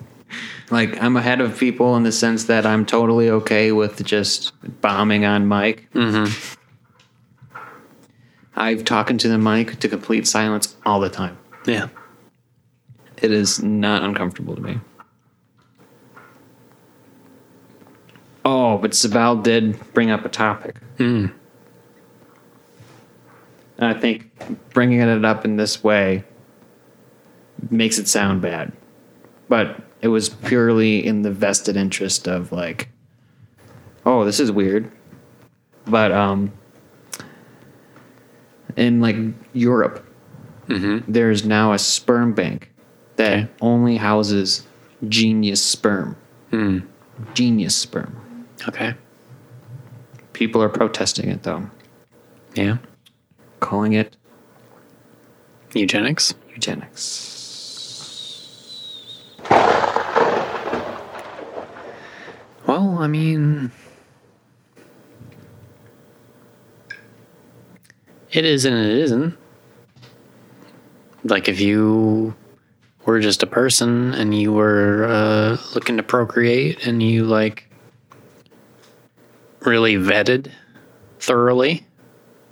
[SPEAKER 1] like, I'm ahead of people in the sense that I'm totally okay with just bombing on mic. Mm-hmm. I've talking to the mic to complete silence all the time.
[SPEAKER 2] Yeah.
[SPEAKER 1] It is not uncomfortable to me. Oh, but Sabal did bring up a topic. And I think bringing it up in this way makes it sound bad. But it was purely in the vested interest of, like, oh, this is weird. But um, in, like, Europe, there's now a sperm bank that
[SPEAKER 2] Okay.
[SPEAKER 1] only houses genius sperm. Genius sperm.
[SPEAKER 2] Hmm. Okay.
[SPEAKER 1] People are protesting it though,
[SPEAKER 2] Yeah.
[SPEAKER 1] calling it
[SPEAKER 2] Eugenics.
[SPEAKER 1] eugenics.
[SPEAKER 2] Well, I mean, it is and it isn't. Like, if you were just a person and you were uh, looking to procreate and you, like, really vetted thoroughly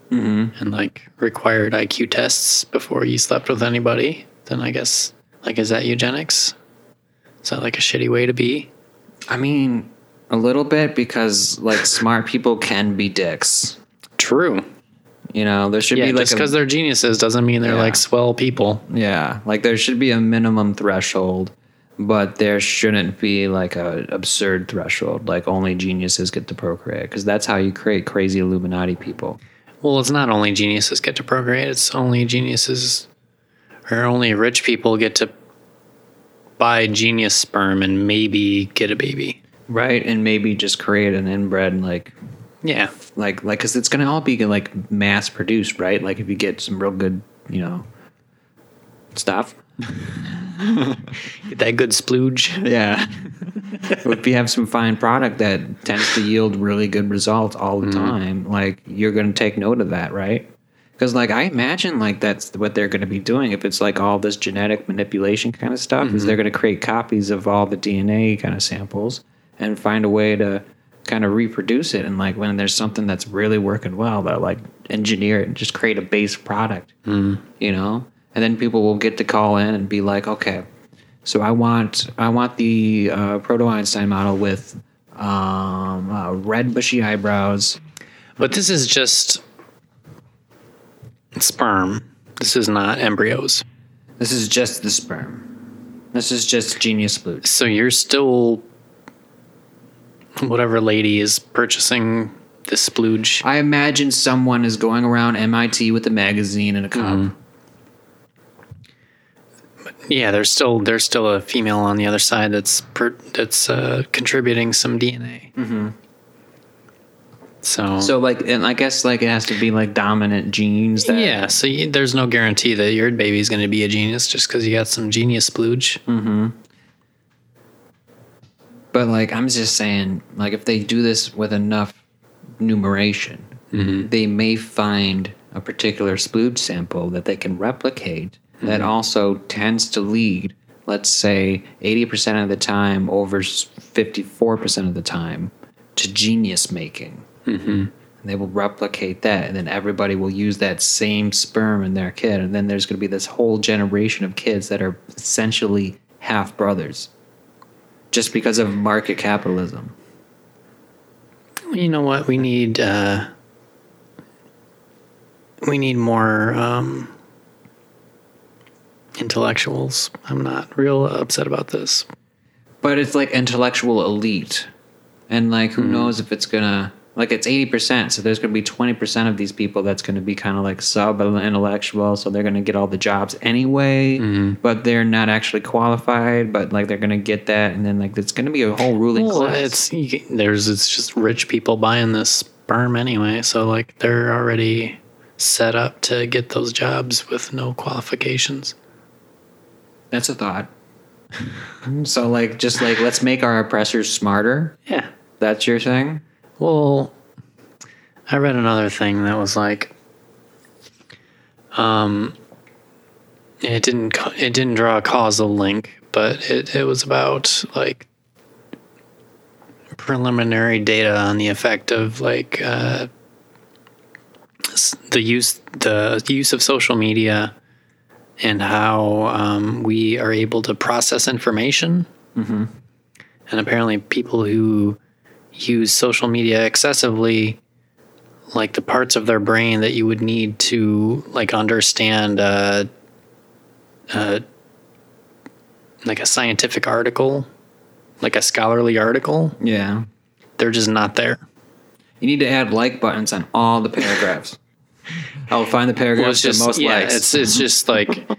[SPEAKER 2] and, like, required IQ tests before you slept with anybody, then I guess, like, is that eugenics? Is that, like, a shitty way to be?
[SPEAKER 1] I mean, a little bit because like smart people can be dicks.
[SPEAKER 2] True.
[SPEAKER 1] You know, there should
[SPEAKER 2] Yeah,
[SPEAKER 1] be like
[SPEAKER 2] just
[SPEAKER 1] a-
[SPEAKER 2] because they're geniuses doesn't mean they're
[SPEAKER 1] Yeah.
[SPEAKER 2] like swell people.
[SPEAKER 1] yeah, like there should be a minimum threshold, but there shouldn't be like a absurd threshold. Like only geniuses get to procreate because that's how you create crazy Illuminati people.
[SPEAKER 2] Well, it's not only geniuses get to procreate; it's only geniuses or only rich people get to buy genius sperm and maybe get a baby.
[SPEAKER 1] right and maybe just create an inbred like
[SPEAKER 2] Yeah,
[SPEAKER 1] like like because it's gonna all be like mass produced right like if you get some real good you know stuff
[SPEAKER 2] get that good [laughs] splooge.
[SPEAKER 1] yeah [laughs] if you have some fine product that tends to yield really good results all the time like you're gonna take note of that right because like i imagine like that's what they're gonna be doing if it's like all this genetic manipulation kind of stuff is they're gonna create copies of all the dna kind of samples and find a way to kind of reproduce it and like when there's something that's really working well they'll like engineer it and just create a base product you know and then people will get to call in and be like okay so i want i want the uh, proto einstein model with um, uh, red bushy eyebrows
[SPEAKER 2] But this is just sperm. This is not embryos.
[SPEAKER 1] this is just the sperm this is just genius blue
[SPEAKER 2] So you're still whatever lady is purchasing this splooge.
[SPEAKER 1] i imagine someone is going around mit with a magazine and a cup
[SPEAKER 2] Yeah, there's still there's still a female on the other side that's per, that's uh, contributing some DNA. Mm-hmm. So,
[SPEAKER 1] so like and i guess like it has to be like dominant genes that
[SPEAKER 2] yeah, so you, there's no guarantee that your baby's going to be a genius just because you got some genius splooge.
[SPEAKER 1] But like I'm just saying, like if they do this with enough numeration, they may find a particular splooge sample that they can replicate that also tends to lead, let's say, 80% of the time over s- 54% of the time to genius making. And they will replicate that, and then everybody will use that same sperm in their kid, and then there's going to be this whole generation of kids that are essentially half brothers just because of market capitalism.
[SPEAKER 2] You know what? We need uh, we need more um, intellectuals. I'm not real upset about this. Hmm.
[SPEAKER 1] But it's like intellectual elite. And like who knows if it's gonna like it's 80% so there's going to be 20% of these people that's going to be kind of like sub intellectual so they're going to get all the jobs anyway
[SPEAKER 2] Mm-hmm.
[SPEAKER 1] but they're not actually qualified but like they're going to get that and then like it's going to be a whole ruling
[SPEAKER 2] Well,
[SPEAKER 1] class
[SPEAKER 2] it's you, can- there's it's just rich people buying this sperm anyway, so like they're already set up to get those jobs with no qualifications.
[SPEAKER 1] that's a thought [laughs] so like just like let's make our oppressors smarter
[SPEAKER 2] Yeah.
[SPEAKER 1] that's your thing
[SPEAKER 2] Well, I read another thing that was like, um, it didn't co- it didn't draw a causal link, but it it was about like preliminary data on the effect of like uh, s- the use the use of social media and how um, we are able to process information. And apparently, people who use social media excessively like the parts of their brain that you would need to like understand uh, uh, like a scientific article like a scholarly article
[SPEAKER 1] yeah
[SPEAKER 2] they're just not there
[SPEAKER 1] you need to add like buttons on all the paragraphs i'll find the
[SPEAKER 2] Well,
[SPEAKER 1] paragraphs
[SPEAKER 2] it's just
[SPEAKER 1] with most
[SPEAKER 2] yeah,
[SPEAKER 1] likes Mm-hmm.
[SPEAKER 2] it's it's just like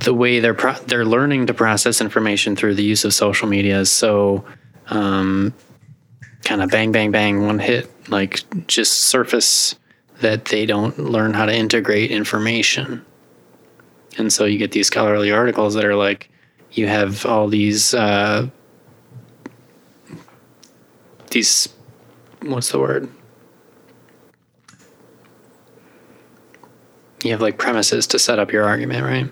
[SPEAKER 2] the way they're pro- they're learning to process information through the use of social media is so um, kind of bang bang bang one hit like just surface that they don't learn how to integrate information, and so you get these scholarly articles that are like you have all these uh, these what's the word you have like premises to set up your argument, right?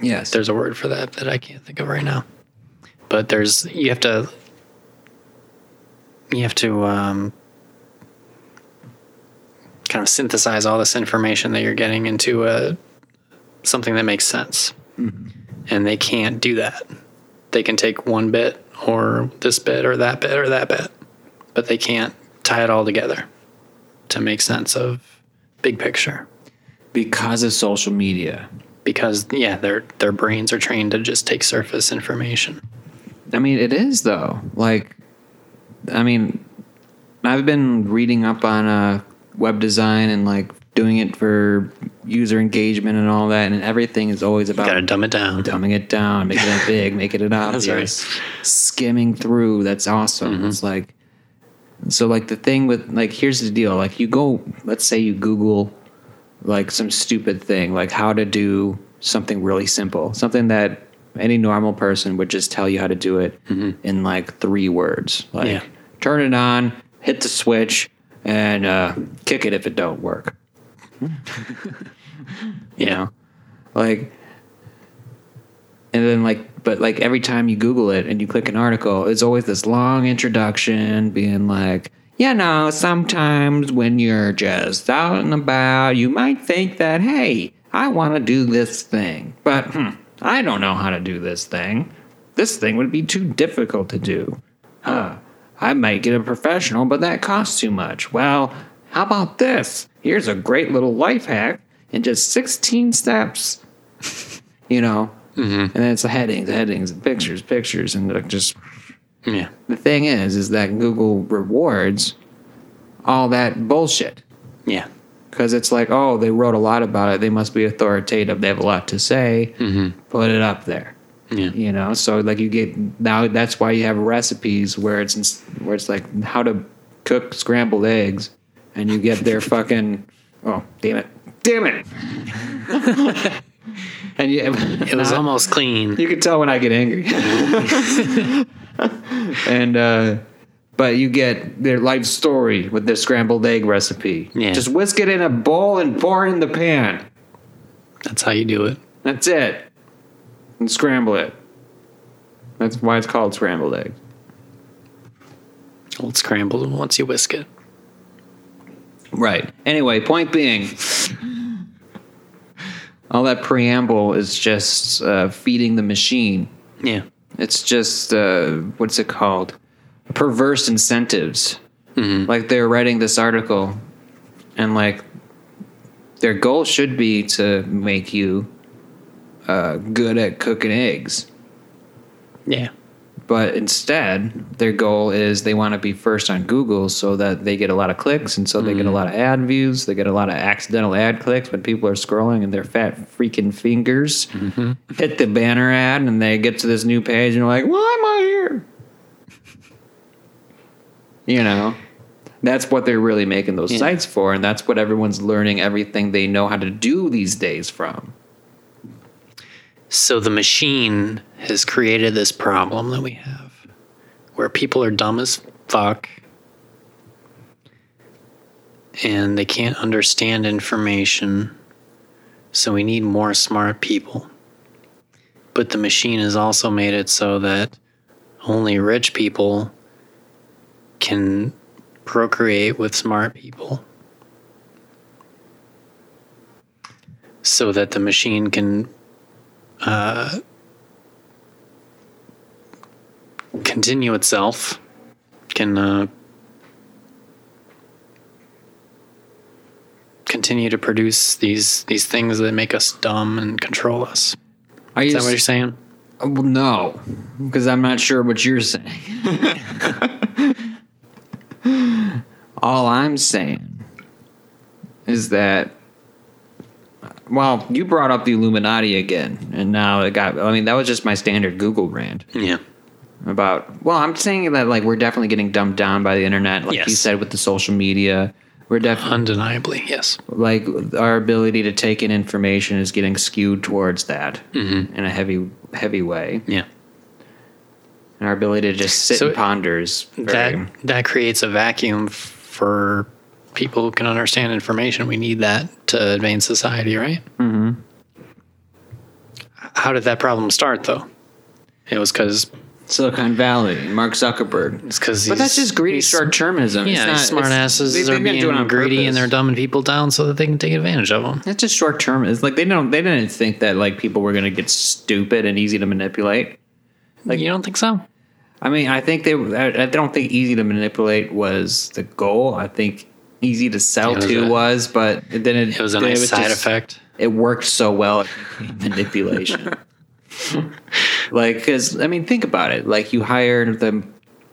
[SPEAKER 1] yes
[SPEAKER 2] There's a word for that that I can't think of right now. But there's you have to you have to um, kind of synthesize all this information that you're getting into a something that makes sense. And they can't do that. They can take one bit or this bit or that bit or that bit, but they can't tie it all together to make sense of big picture.
[SPEAKER 1] because of social media
[SPEAKER 2] because yeah, their their brains are trained to just take surface information.
[SPEAKER 1] I mean, it is though. Like, I mean, I've been reading up on uh, web design and like doing it for user engagement and all that, and everything is always
[SPEAKER 2] You
[SPEAKER 1] about
[SPEAKER 2] gotta dumb it down.
[SPEAKER 1] dumbing it down, making it big, making it obvious, skimming through. That's awesome. It's like, so like the thing with like, here's the deal. Like you go, let's say you Google like some stupid thing, like how to do something really simple, something that any normal person would just tell you how to do it in like three words. Like
[SPEAKER 2] Yeah.
[SPEAKER 1] turn it on, hit the switch and uh, kick it if it don't work.
[SPEAKER 2] Yeah.
[SPEAKER 1] you know like and then like but like every time you google it and you click an article it's always this long introduction being like you know sometimes when you're just out and about you might think that hey i want to do this thing but hmm, i don't know how to do this thing this thing would be too difficult to do I might get a professional, but that costs too much. Well, how about this? Here's a great little life hack in just 16 steps. you know? And then it's the headings, headings, pictures, pictures, and like just
[SPEAKER 2] Yeah.
[SPEAKER 1] the thing is, is that Google rewards all that bullshit
[SPEAKER 2] Yeah.
[SPEAKER 1] because it's like, oh, they wrote a lot about it. They must be authoritative. They have a lot to say. Put it up there.
[SPEAKER 2] Yeah.
[SPEAKER 1] You know, so like you get now. That's why you have recipes where it's ins- where it's like how to cook scrambled eggs, and you get their fucking oh damn it, damn it, and you
[SPEAKER 2] It was almost clean.
[SPEAKER 1] you can tell when I get [laughs] angry. and uh but you get their life story with their scrambled egg recipe.
[SPEAKER 2] Yeah.
[SPEAKER 1] Just whisk it in a bowl and pour it in the pan.
[SPEAKER 2] That's how you do it.
[SPEAKER 1] That's it. And scramble it. That's why it's called scrambled egg.
[SPEAKER 2] Old scrambled once you whisk it.
[SPEAKER 1] Right. Anyway, point being, all that preamble is just uh, feeding the machine.
[SPEAKER 2] Yeah.
[SPEAKER 1] It's just uh, what's it called? Perverse incentives. Like they're writing this article, and like their goal should be to make you uh, good at cooking eggs,
[SPEAKER 2] Yeah.
[SPEAKER 1] But instead, their goal is they want to be first on Google so that they get a lot of clicks and so they
[SPEAKER 2] Mm.
[SPEAKER 1] get a lot of ad views. They get a lot of accidental ad clicks when people are scrolling and their fat freaking fingers
[SPEAKER 2] Mm-hmm.
[SPEAKER 1] [laughs] hit the banner ad and they get to this new page and they're like, why am I here? [laughs] you know? That's what they're really making those sites for, and that's what everyone's learning everything they know how to do these days from.
[SPEAKER 2] So the machine has created this problem that we have where people are dumb as fuck and they can't understand information. So we need more smart people. But the machine has also made it so that only rich people can procreate with smart people. So that the machine can continue itself can uh, continue to produce these these things that make us dumb and control us.
[SPEAKER 1] Are you
[SPEAKER 2] Is that what you're saying?
[SPEAKER 1] Uh, Well, no, because I'm not sure what you're saying. All I'm saying is that, well, you brought up the Illuminati again, and now it got, I mean, that was just my standard Google rant
[SPEAKER 2] Yeah.
[SPEAKER 1] about, well, I'm saying that, like, we're definitely getting dumbed down by the internet, like you
[SPEAKER 2] Yes. Uh-huh.
[SPEAKER 1] said with the social media. We're definitely,
[SPEAKER 2] Undeniably, yes.
[SPEAKER 1] like, our ability to take in information is getting skewed towards that in a heavy, heavy way
[SPEAKER 2] Yeah.
[SPEAKER 1] and our ability to just sit
[SPEAKER 2] So
[SPEAKER 1] and ponder is very,
[SPEAKER 2] That that creates a vacuum f- for people who can understand information. We need that to advance society, right? Mm-hmm. How did that problem start, though? It was because
[SPEAKER 1] Silicon Valley, Mark Zuckerberg.
[SPEAKER 2] it's because
[SPEAKER 1] But that's just greedy short-termism. It's
[SPEAKER 2] Yeah,
[SPEAKER 1] not-
[SPEAKER 2] these smart
[SPEAKER 1] it's-
[SPEAKER 2] asses
[SPEAKER 1] they-
[SPEAKER 2] are
[SPEAKER 1] they've been
[SPEAKER 2] being
[SPEAKER 1] doing it on
[SPEAKER 2] greedy and they're
[SPEAKER 1] purpose.
[SPEAKER 2] dumbing people down so that they can take advantage of them.
[SPEAKER 1] That's just short term. It's like they don't they didn't think that like people were gonna get stupid and easy to manipulate.
[SPEAKER 2] Like, you don't think so?
[SPEAKER 1] I mean, I think they I I don't think easy to manipulate was the goal. I think easy to sell
[SPEAKER 2] It was
[SPEAKER 1] to
[SPEAKER 2] a-
[SPEAKER 1] was, but then it,
[SPEAKER 2] It was a
[SPEAKER 1] then
[SPEAKER 2] nice side
[SPEAKER 1] just-
[SPEAKER 2] effect.
[SPEAKER 1] It worked so well at manipulation. like, because I mean, think about it. Like, you hire the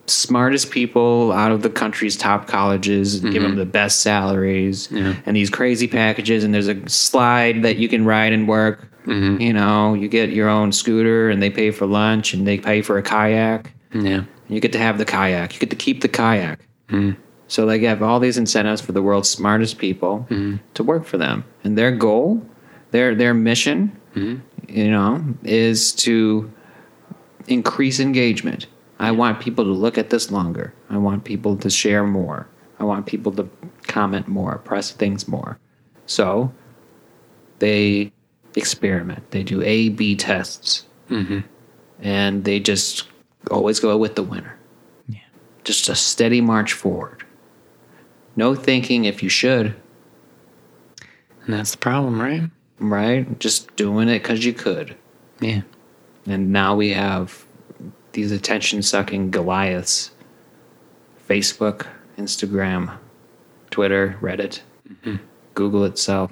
[SPEAKER 1] smartest people out of the country's top colleges and give them the best salaries and these crazy packages. And there's a slide that you can ride and work. You know, you get your own scooter and they pay for lunch and they pay for a kayak.
[SPEAKER 2] Yeah. Mm-hmm.
[SPEAKER 1] You get to have the kayak. You get to keep the kayak. So like, you have all these incentives for the world's smartest people to work for them, and their goal, their their mission, you know, is to increase engagement. I want people to look at this longer. I want people to share more. I want people to comment more, press things more. So they experiment. They do A B tests
[SPEAKER 2] Mm-hmm.
[SPEAKER 1] and they just always go with the winner. Yeah. Just a steady march forward. No thinking if you should,
[SPEAKER 2] And that's the problem, right?
[SPEAKER 1] right? Just doing it because you could.
[SPEAKER 2] Yeah.
[SPEAKER 1] And now we have these attention sucking Goliaths Facebook, Instagram, Twitter, Reddit, Mm-hmm. Google itself.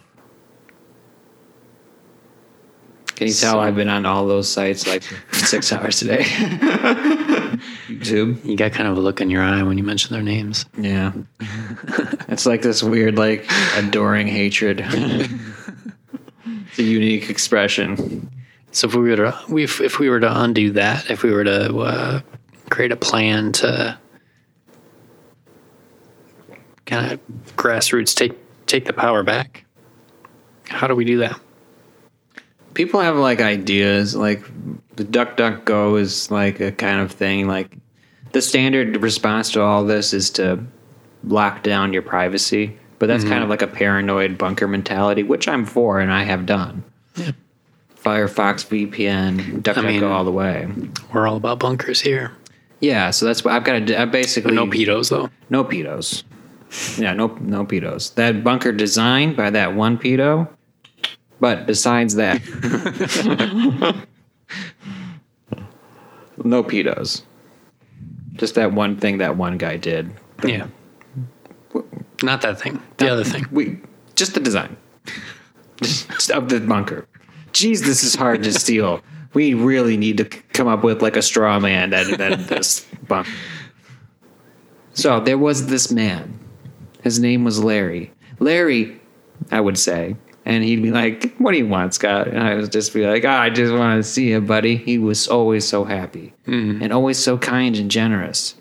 [SPEAKER 1] Can you tell
[SPEAKER 2] So-
[SPEAKER 1] I've been on all those sites like [laughs] six hours today? [laughs] YouTube.
[SPEAKER 2] You got kind of a look in your eye when you mention their names.
[SPEAKER 1] Yeah. it's like this weird, like, adoring hatred. it's a unique expression.
[SPEAKER 2] So if we were to we- if, if we were to undo that, if we were to uh, create a plan to kind of grassroots take take the power back, how do we do that?
[SPEAKER 1] People have, like, ideas. Like, the duck, duck, go is, like, a kind of thing. Like, the standard response to all this is to lock down your privacy. But that's kind of like a paranoid bunker mentality, which I'm for and I have done. Firefox VPN, duck, duck,
[SPEAKER 2] mean-
[SPEAKER 1] go all the way.
[SPEAKER 2] We're all about bunkers here.
[SPEAKER 1] Yeah, so that's what I've got to do. I basically
[SPEAKER 2] No pedos though.
[SPEAKER 1] No pedos. Yeah, no no pedos. That bunker designed by that one pedo. But besides that, [laughs] no pedos. Just that one thing that one guy did.
[SPEAKER 2] Yeah. Not that thing. The other thing.
[SPEAKER 1] We just the design just of the bunker. Jeez, this is hard to steal we really need to c- come up with like a straw man that that this bump. So there was this man. His name was Larry. Larry, I would say. And he'd be like, What do you want, Scott? And I would just be like, "Ah, I just want to see you, buddy. He was always so happy and always so kind and generous.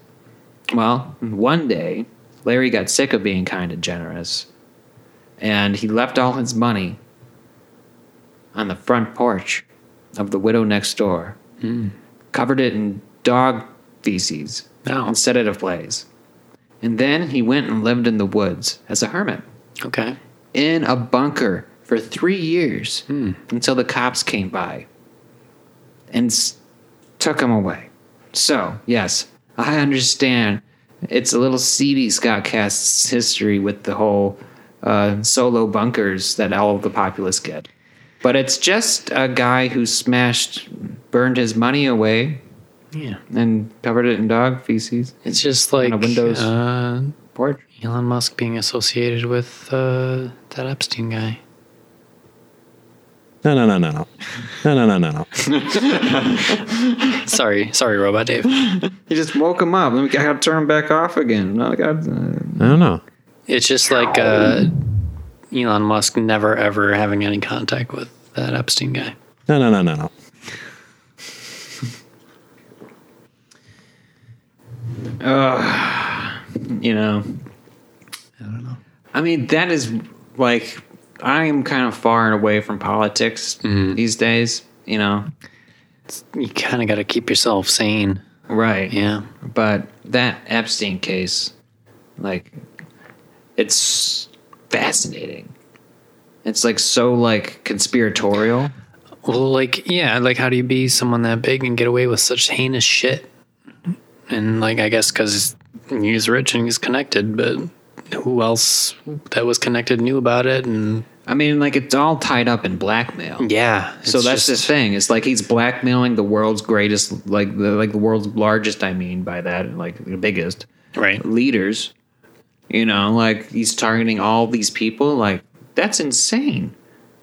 [SPEAKER 1] Well, one day, Larry got sick of being kind and generous. And he left all his money on the front porch of the widow next door, covered it in dog feces,
[SPEAKER 2] Oh.
[SPEAKER 1] and sedative plays. And then he went and lived in the woods as a hermit
[SPEAKER 2] Okay.
[SPEAKER 1] in a bunker for three years until the cops came by and s- took him away. So, yes, I understand. It's a little seedy, Scott Cast's history with the whole uh, solo bunkers that all of the populace get. But it's just a guy who smashed, burned his money away,
[SPEAKER 2] Yeah.
[SPEAKER 1] and covered it in dog feces.
[SPEAKER 2] It's just like
[SPEAKER 1] a Windows-
[SPEAKER 2] Uh,
[SPEAKER 1] Porch.
[SPEAKER 2] Elon Musk being associated with uh, that Epstein guy.
[SPEAKER 3] No, no, no, no, no, no, no, no, no, no.
[SPEAKER 2] Sorry, sorry, Robot Dave.
[SPEAKER 1] You just woke him up. Let me, I gotta turn him back off again. No, I gotta, uh,
[SPEAKER 3] I don't know.
[SPEAKER 2] It's just like uh, Elon Musk never ever having any contact with that Epstein guy.
[SPEAKER 3] No, no, no, no, no.
[SPEAKER 1] you know,
[SPEAKER 2] I don't know.
[SPEAKER 1] I mean, that is like I am kind of far and away from politics these days, you know.
[SPEAKER 2] You kind of got to keep yourself sane.
[SPEAKER 1] Right.
[SPEAKER 2] Yeah.
[SPEAKER 1] But that Epstein case, like it's fascinating. It's like so like conspiratorial.
[SPEAKER 2] Well, like, yeah, like, how do you be someone that big and get away with such heinous shit? And, like, I guess because he's rich and he's connected, but who else that was connected knew about it? And,
[SPEAKER 1] I mean, like it's all tied up in blackmail.
[SPEAKER 2] Mm. yeah.
[SPEAKER 1] So that's the thing. It's like he's blackmailing the world's greatest, like the like the world's largest. I mean by that, like the biggest.
[SPEAKER 2] Right. [laughs]
[SPEAKER 1] leaders. You know, like he's targeting all these people. Like that's insane.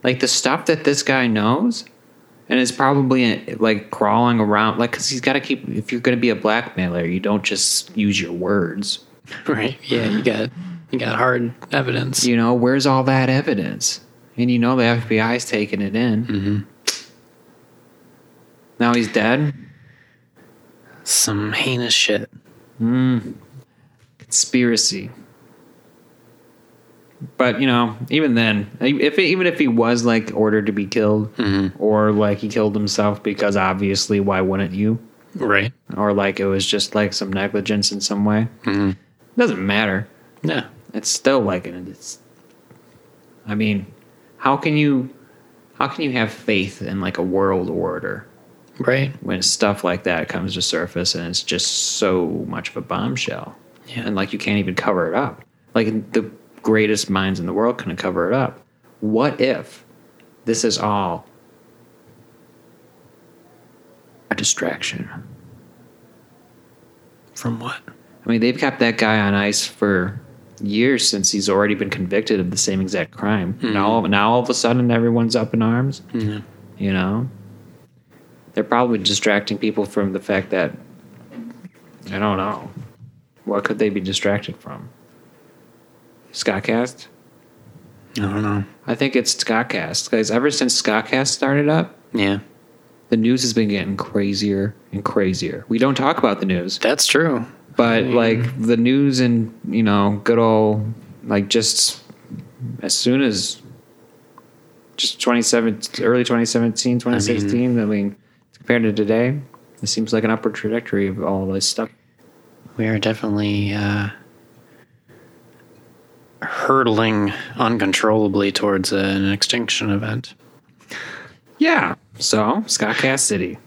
[SPEAKER 1] Like the stuff that this guy knows, and is probably like crawling around. Like because he's got to keep. If you're going to be a blackmailer, you don't just use your words.
[SPEAKER 2] Right. Yeah. You got, you got hard evidence.
[SPEAKER 1] You know, where's all that evidence? And you know the FBI's taking it in. Mm-hmm. Now he's dead.
[SPEAKER 2] Some heinous shit.
[SPEAKER 1] conspiracy. But you know, even then, if even if he was like ordered to be killed,
[SPEAKER 2] Hmm. Mm-hmm.
[SPEAKER 1] or like he killed himself because obviously, why wouldn't you?
[SPEAKER 2] Right.
[SPEAKER 1] Or like it was just like some negligence in some way. Doesn't matter.
[SPEAKER 2] Mm-hmm. Yeah.
[SPEAKER 1] It's still like an. It's. I mean, how can you, how can you have faith in like a world order
[SPEAKER 2] Right.
[SPEAKER 1] when stuff like that comes to surface and it's just so much of a bombshell
[SPEAKER 2] Yeah.
[SPEAKER 1] and like you can't even cover it up like the greatest minds in the world couldn't cover it up what if this is all a distraction
[SPEAKER 2] From what?
[SPEAKER 1] i mean they've kept that guy on ice for years since he's already been convicted of the same exact crime now, now all of a sudden everyone's up in arms
[SPEAKER 2] Mm-hmm.
[SPEAKER 1] you know they're probably distracting people from the fact that i don't know what could they be distracted from scottcast
[SPEAKER 2] I don't know.
[SPEAKER 1] i think it's scottcast guys ever since scottcast started up
[SPEAKER 2] Yeah.
[SPEAKER 1] the news has been getting crazier and crazier we don't talk about the news
[SPEAKER 2] That's true.
[SPEAKER 1] but like the news and you know good old like just as soon as just 2017 early 2017 2016 i mean, compared to today it seems like an upward trajectory of all this stuff
[SPEAKER 2] We are definitely uh, hurtling uncontrollably towards an extinction event.
[SPEAKER 1] yeah so scott cassidy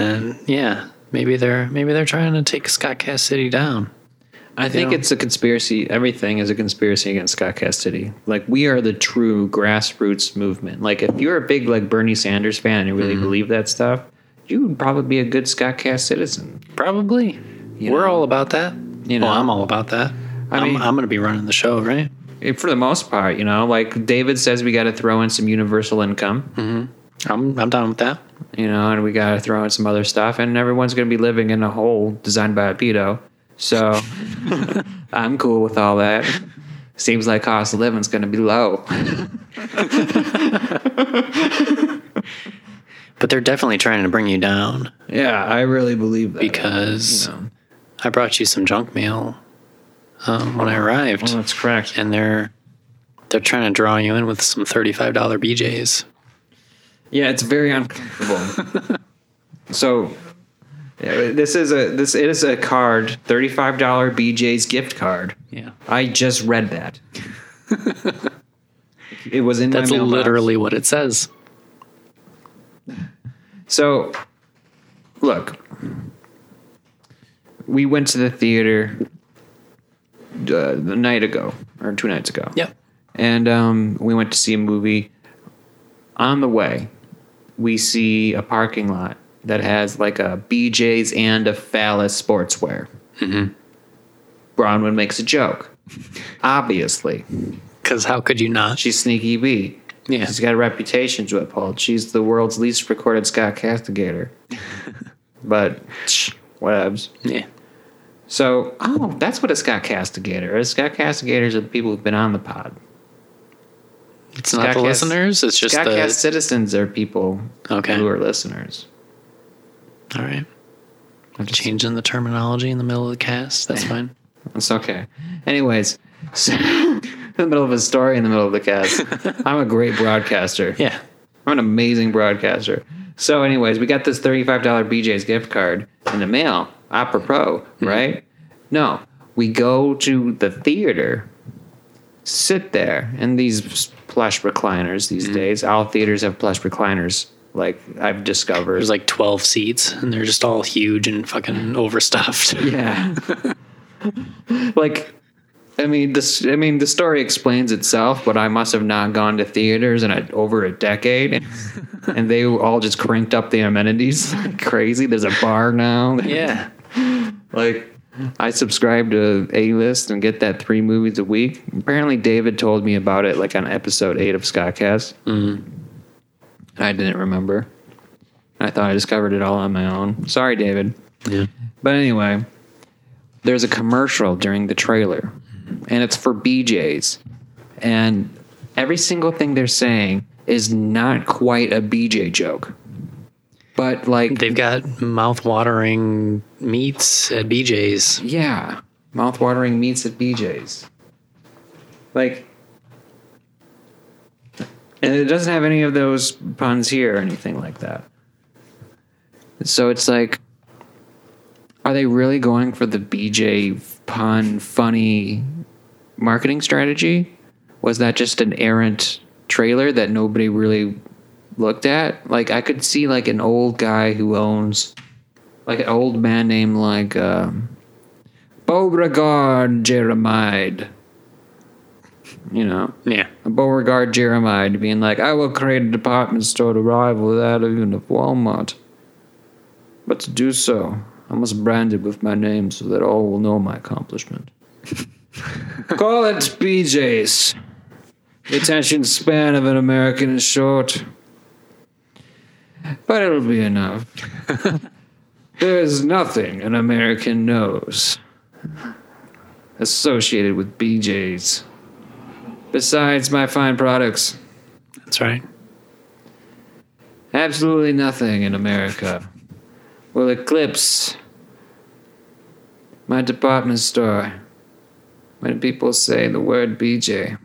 [SPEAKER 2] And yeah, maybe they're maybe they're trying to take Scott Cassidy down.
[SPEAKER 1] i think
[SPEAKER 2] Yeah.
[SPEAKER 1] it's a conspiracy everything is a conspiracy against scott cassidy like we are the true grassroots movement like if you're a big like bernie sanders fan and you really believe that stuff you would probably be a good scott cast citizen
[SPEAKER 2] Probably.
[SPEAKER 1] You
[SPEAKER 2] We're
[SPEAKER 1] know.
[SPEAKER 2] all about that.
[SPEAKER 1] You know.
[SPEAKER 2] well, I'm all about that. I
[SPEAKER 1] mean-
[SPEAKER 2] am I'm going to be running the show, right?
[SPEAKER 1] Hmm. It- for the most part, you know, like David says, we got to throw in some universal income.
[SPEAKER 2] I'm I'm down with that.
[SPEAKER 1] you know, and we got to throw in some other stuff, and everyone's going to be living in a hole designed by a pedo. [laughs] So I'm cool with all that. Seems like cost of living's going to be low.
[SPEAKER 2] But they're definitely trying to bring you down
[SPEAKER 1] yeah, I really believe that.
[SPEAKER 2] because
[SPEAKER 1] you know.
[SPEAKER 2] I brought you some junk mail um, when I arrived,
[SPEAKER 3] Well, that's correct.
[SPEAKER 2] and they're they're trying to draw you in with some thirty-five dollar BJ's.
[SPEAKER 1] Yeah, it's very uncomfortable. so yeah, this is a this is a card, thirty five dollar BJ's gift card.
[SPEAKER 2] Yeah,
[SPEAKER 1] I just read that. [laughs] it was in
[SPEAKER 2] that's
[SPEAKER 1] my mailbox.
[SPEAKER 2] literally what it says.
[SPEAKER 1] So, look, we went to the theater uh, the night ago or two nights ago.
[SPEAKER 2] Yep.
[SPEAKER 1] And um, we went to see a movie. On the way, we see a parking lot that has like a BJ's and a phallus sportswear. Mm-hmm. Bronwyn makes a joke. Obviously,
[SPEAKER 2] Because how could you not?
[SPEAKER 1] she's sneaky B.
[SPEAKER 2] Yeah.
[SPEAKER 1] She's got a reputation to uphold. She's the world's least recorded Scott
[SPEAKER 2] [laughs]
[SPEAKER 1] Castigator. but tsh, whatevs.
[SPEAKER 2] Yeah.
[SPEAKER 1] So, oh, that's what a Scott Castigator is. Scott Castigators are the people who've been on the pod.
[SPEAKER 2] It's not the
[SPEAKER 1] Scottcast-
[SPEAKER 2] listeners. It's just the
[SPEAKER 1] Scottcast citizens are people
[SPEAKER 2] Okay.
[SPEAKER 1] who are listeners.
[SPEAKER 2] all right. I'm changing the terminology in the middle of the cast. That's fine.
[SPEAKER 1] It's okay. Anyways, [laughs] so- in the middle of a story, in the middle of the
[SPEAKER 2] [laughs]
[SPEAKER 1] cast, I'm a great broadcaster.
[SPEAKER 2] Yeah.
[SPEAKER 1] I'm an amazing broadcaster. So, anyways, we got this $35 BJ's gift card in the mail, apropos,
[SPEAKER 2] Mm-hmm.
[SPEAKER 1] right? No, we go to the theater, sit there in these plush recliners
[SPEAKER 2] Mm-hmm.
[SPEAKER 1] these days. All theaters have plush recliners, like I've discovered.
[SPEAKER 2] There's like 12 seats and they're just all huge and fucking overstuffed.
[SPEAKER 1] Yeah. [laughs] like, I mean, this. I mean, the story explains itself, but I must have not gone to theaters in a, over a decade, and they all just cranked up the amenities [laughs] like crazy. There's a bar now.
[SPEAKER 2] [laughs] Yeah.
[SPEAKER 1] Like, I subscribe to A List and get that three movies a week. Apparently, David told me about it like on episode eight of Scottcast. Mm. I didn't remember. I thought I discovered it all on my own. Sorry, David.
[SPEAKER 2] Yeah.
[SPEAKER 1] But anyway, there's a commercial during the trailer, and it's for BJ's. And every single thing they're saying is not quite a BJ joke. But like,
[SPEAKER 2] They've got mouth-watering meats at BJ's.
[SPEAKER 1] yeah, mouthwatering meats at BJ's. Like, and it doesn't have any of those puns here or anything like that. So it's like, are they really going for the BJ pun funny marketing strategy? Was that just an errant trailer that nobody really looked at? Like I could see like an old guy who owns like an old man named like um Beauregard Jeremiah. You know.
[SPEAKER 2] Yeah.
[SPEAKER 1] Beauregard Jeremiah being like, I will create a department store to rival that of even of Walmart. But to do so, I must brand it with my name so that all will know my accomplishment. [laughs] Call it BJ's. The attention span of an American is short. But it'll be enough. there is nothing an American knows associated with BJ's besides my fine products.
[SPEAKER 2] That's right.
[SPEAKER 1] Absolutely nothing in America will eclipse my department store when people say the word BJ.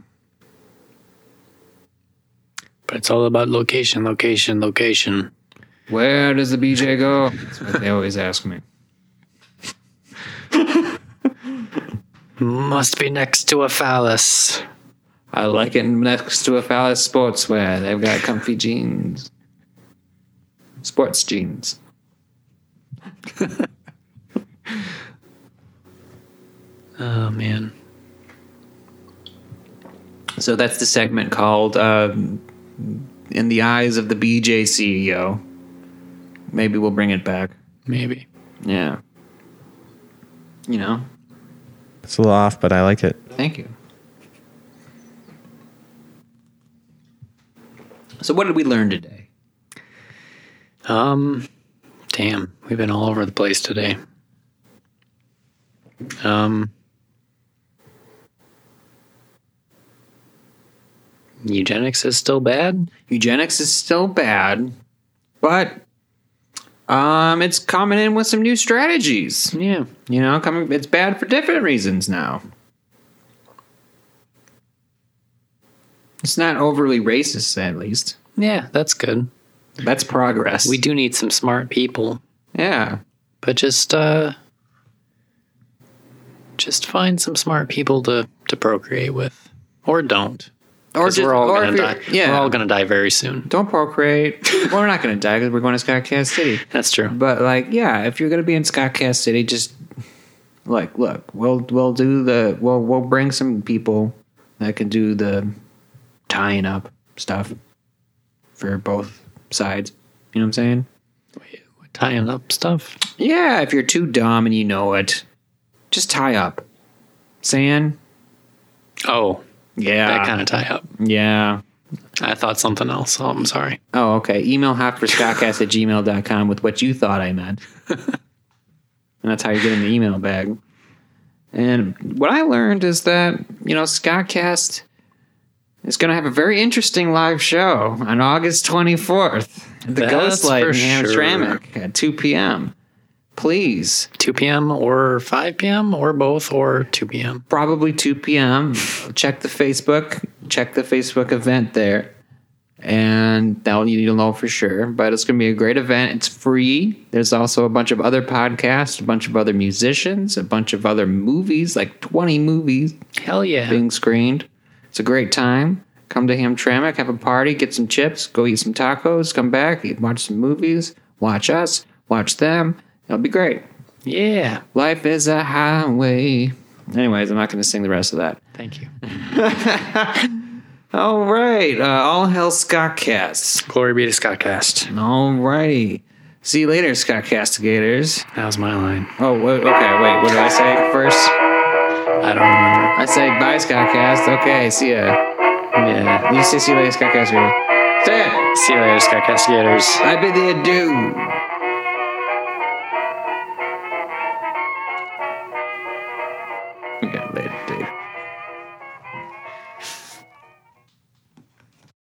[SPEAKER 2] But it's all about location, location, location.
[SPEAKER 1] Where does the BJ go? That's what they always ask me.
[SPEAKER 2] Must be next to a phallus.
[SPEAKER 1] I like it next to a phallus sportswear. They've got comfy jeans. Sports jeans.
[SPEAKER 2] Oh, man.
[SPEAKER 1] So that's the segment called um, In the Eyes of the BJ CEO. E Maybe we'll bring it back.
[SPEAKER 2] Maybe.
[SPEAKER 1] Yeah. You know?
[SPEAKER 3] It's a little off, but I like it.
[SPEAKER 1] Thank you. So, what did we learn today?
[SPEAKER 2] Um, damn, we've been all over the place today. Um, eugenics is still bad.
[SPEAKER 1] Eugenics is still bad, but um, it's coming in with some new strategies.
[SPEAKER 2] Yeah,
[SPEAKER 1] You know, coming it's bad for different reasons now. It's not overly racist, at least.
[SPEAKER 2] yeah, that's good.
[SPEAKER 1] That's progress.
[SPEAKER 2] We do need some smart people,
[SPEAKER 1] yeah.
[SPEAKER 2] but just uh, just find some smart people to to procreate with, or don't.
[SPEAKER 1] Or
[SPEAKER 2] 'Cause
[SPEAKER 1] just-
[SPEAKER 2] we're all
[SPEAKER 1] or
[SPEAKER 2] gonna
[SPEAKER 1] if
[SPEAKER 2] die.
[SPEAKER 1] you're- Yeah,
[SPEAKER 2] We're all gonna die very soon.
[SPEAKER 1] don't procreate. [laughs] well, we're not gonna die because we're going to Scott Cass City.
[SPEAKER 2] That's true.
[SPEAKER 1] But like, yeah, if you're gonna be in Scott Cass City, just like look, we'll we'll do the we'll we'll bring some people that can do the tying up stuff for both sides. You know what I'm saying?
[SPEAKER 2] We're tying up stuff.
[SPEAKER 1] Yeah, if you're too dumb and you know it, just tie up. Sand?
[SPEAKER 2] Oh,
[SPEAKER 1] Yeah.
[SPEAKER 2] that kind of tie up.
[SPEAKER 1] yeah.
[SPEAKER 2] I thought something else. Oh, I'm sorry.
[SPEAKER 1] Oh, okay. Email hotforscottcast at gmail.com with what you thought I meant. and that's how you're getting the email back. And what I learned is that, you know, Scottcast is going to have a very interesting live show on August 24th at the
[SPEAKER 2] That's
[SPEAKER 1] Ghostlight
[SPEAKER 2] for
[SPEAKER 1] in
[SPEAKER 2] sure.
[SPEAKER 1] Hamtramck at 2 p.m. Please
[SPEAKER 2] 2 p.m. or 5 p.m. or both or 2 p.m.
[SPEAKER 1] probably 2 p.m. check the Facebook, check the Facebook event there, and that'll you'll know for sure. But it's going to be a great event. It's free. There's also a bunch of other podcasts, a bunch of other musicians, a bunch of other movies, like 20 movies
[SPEAKER 2] Hell yeah.
[SPEAKER 1] being screened. It's a great time. Come to Hamtramck, have a party, get some chips, go eat some tacos, come back, eat- watch some movies, watch us, watch them. It'll be great.
[SPEAKER 2] Yeah.
[SPEAKER 1] Life is a highway. Anyways, I'm not going to sing the rest of that.
[SPEAKER 2] Thank you.
[SPEAKER 1] All right. Uh, all hail Scottcast.
[SPEAKER 2] Glory be to Scottcast.
[SPEAKER 1] All righty. See you later, Scott Castigators.
[SPEAKER 2] That was my line.
[SPEAKER 1] Oh, wait, okay. Wait, what do I say first?
[SPEAKER 2] I don't remember.
[SPEAKER 1] I say bye, Scottcast. Okay, see ya.
[SPEAKER 2] Yeah.
[SPEAKER 1] You say see you later, Scottcast. Gator. Say it.
[SPEAKER 2] See you later, Scottcastigators.
[SPEAKER 1] I bid thee adieu. Okay, later, Dave.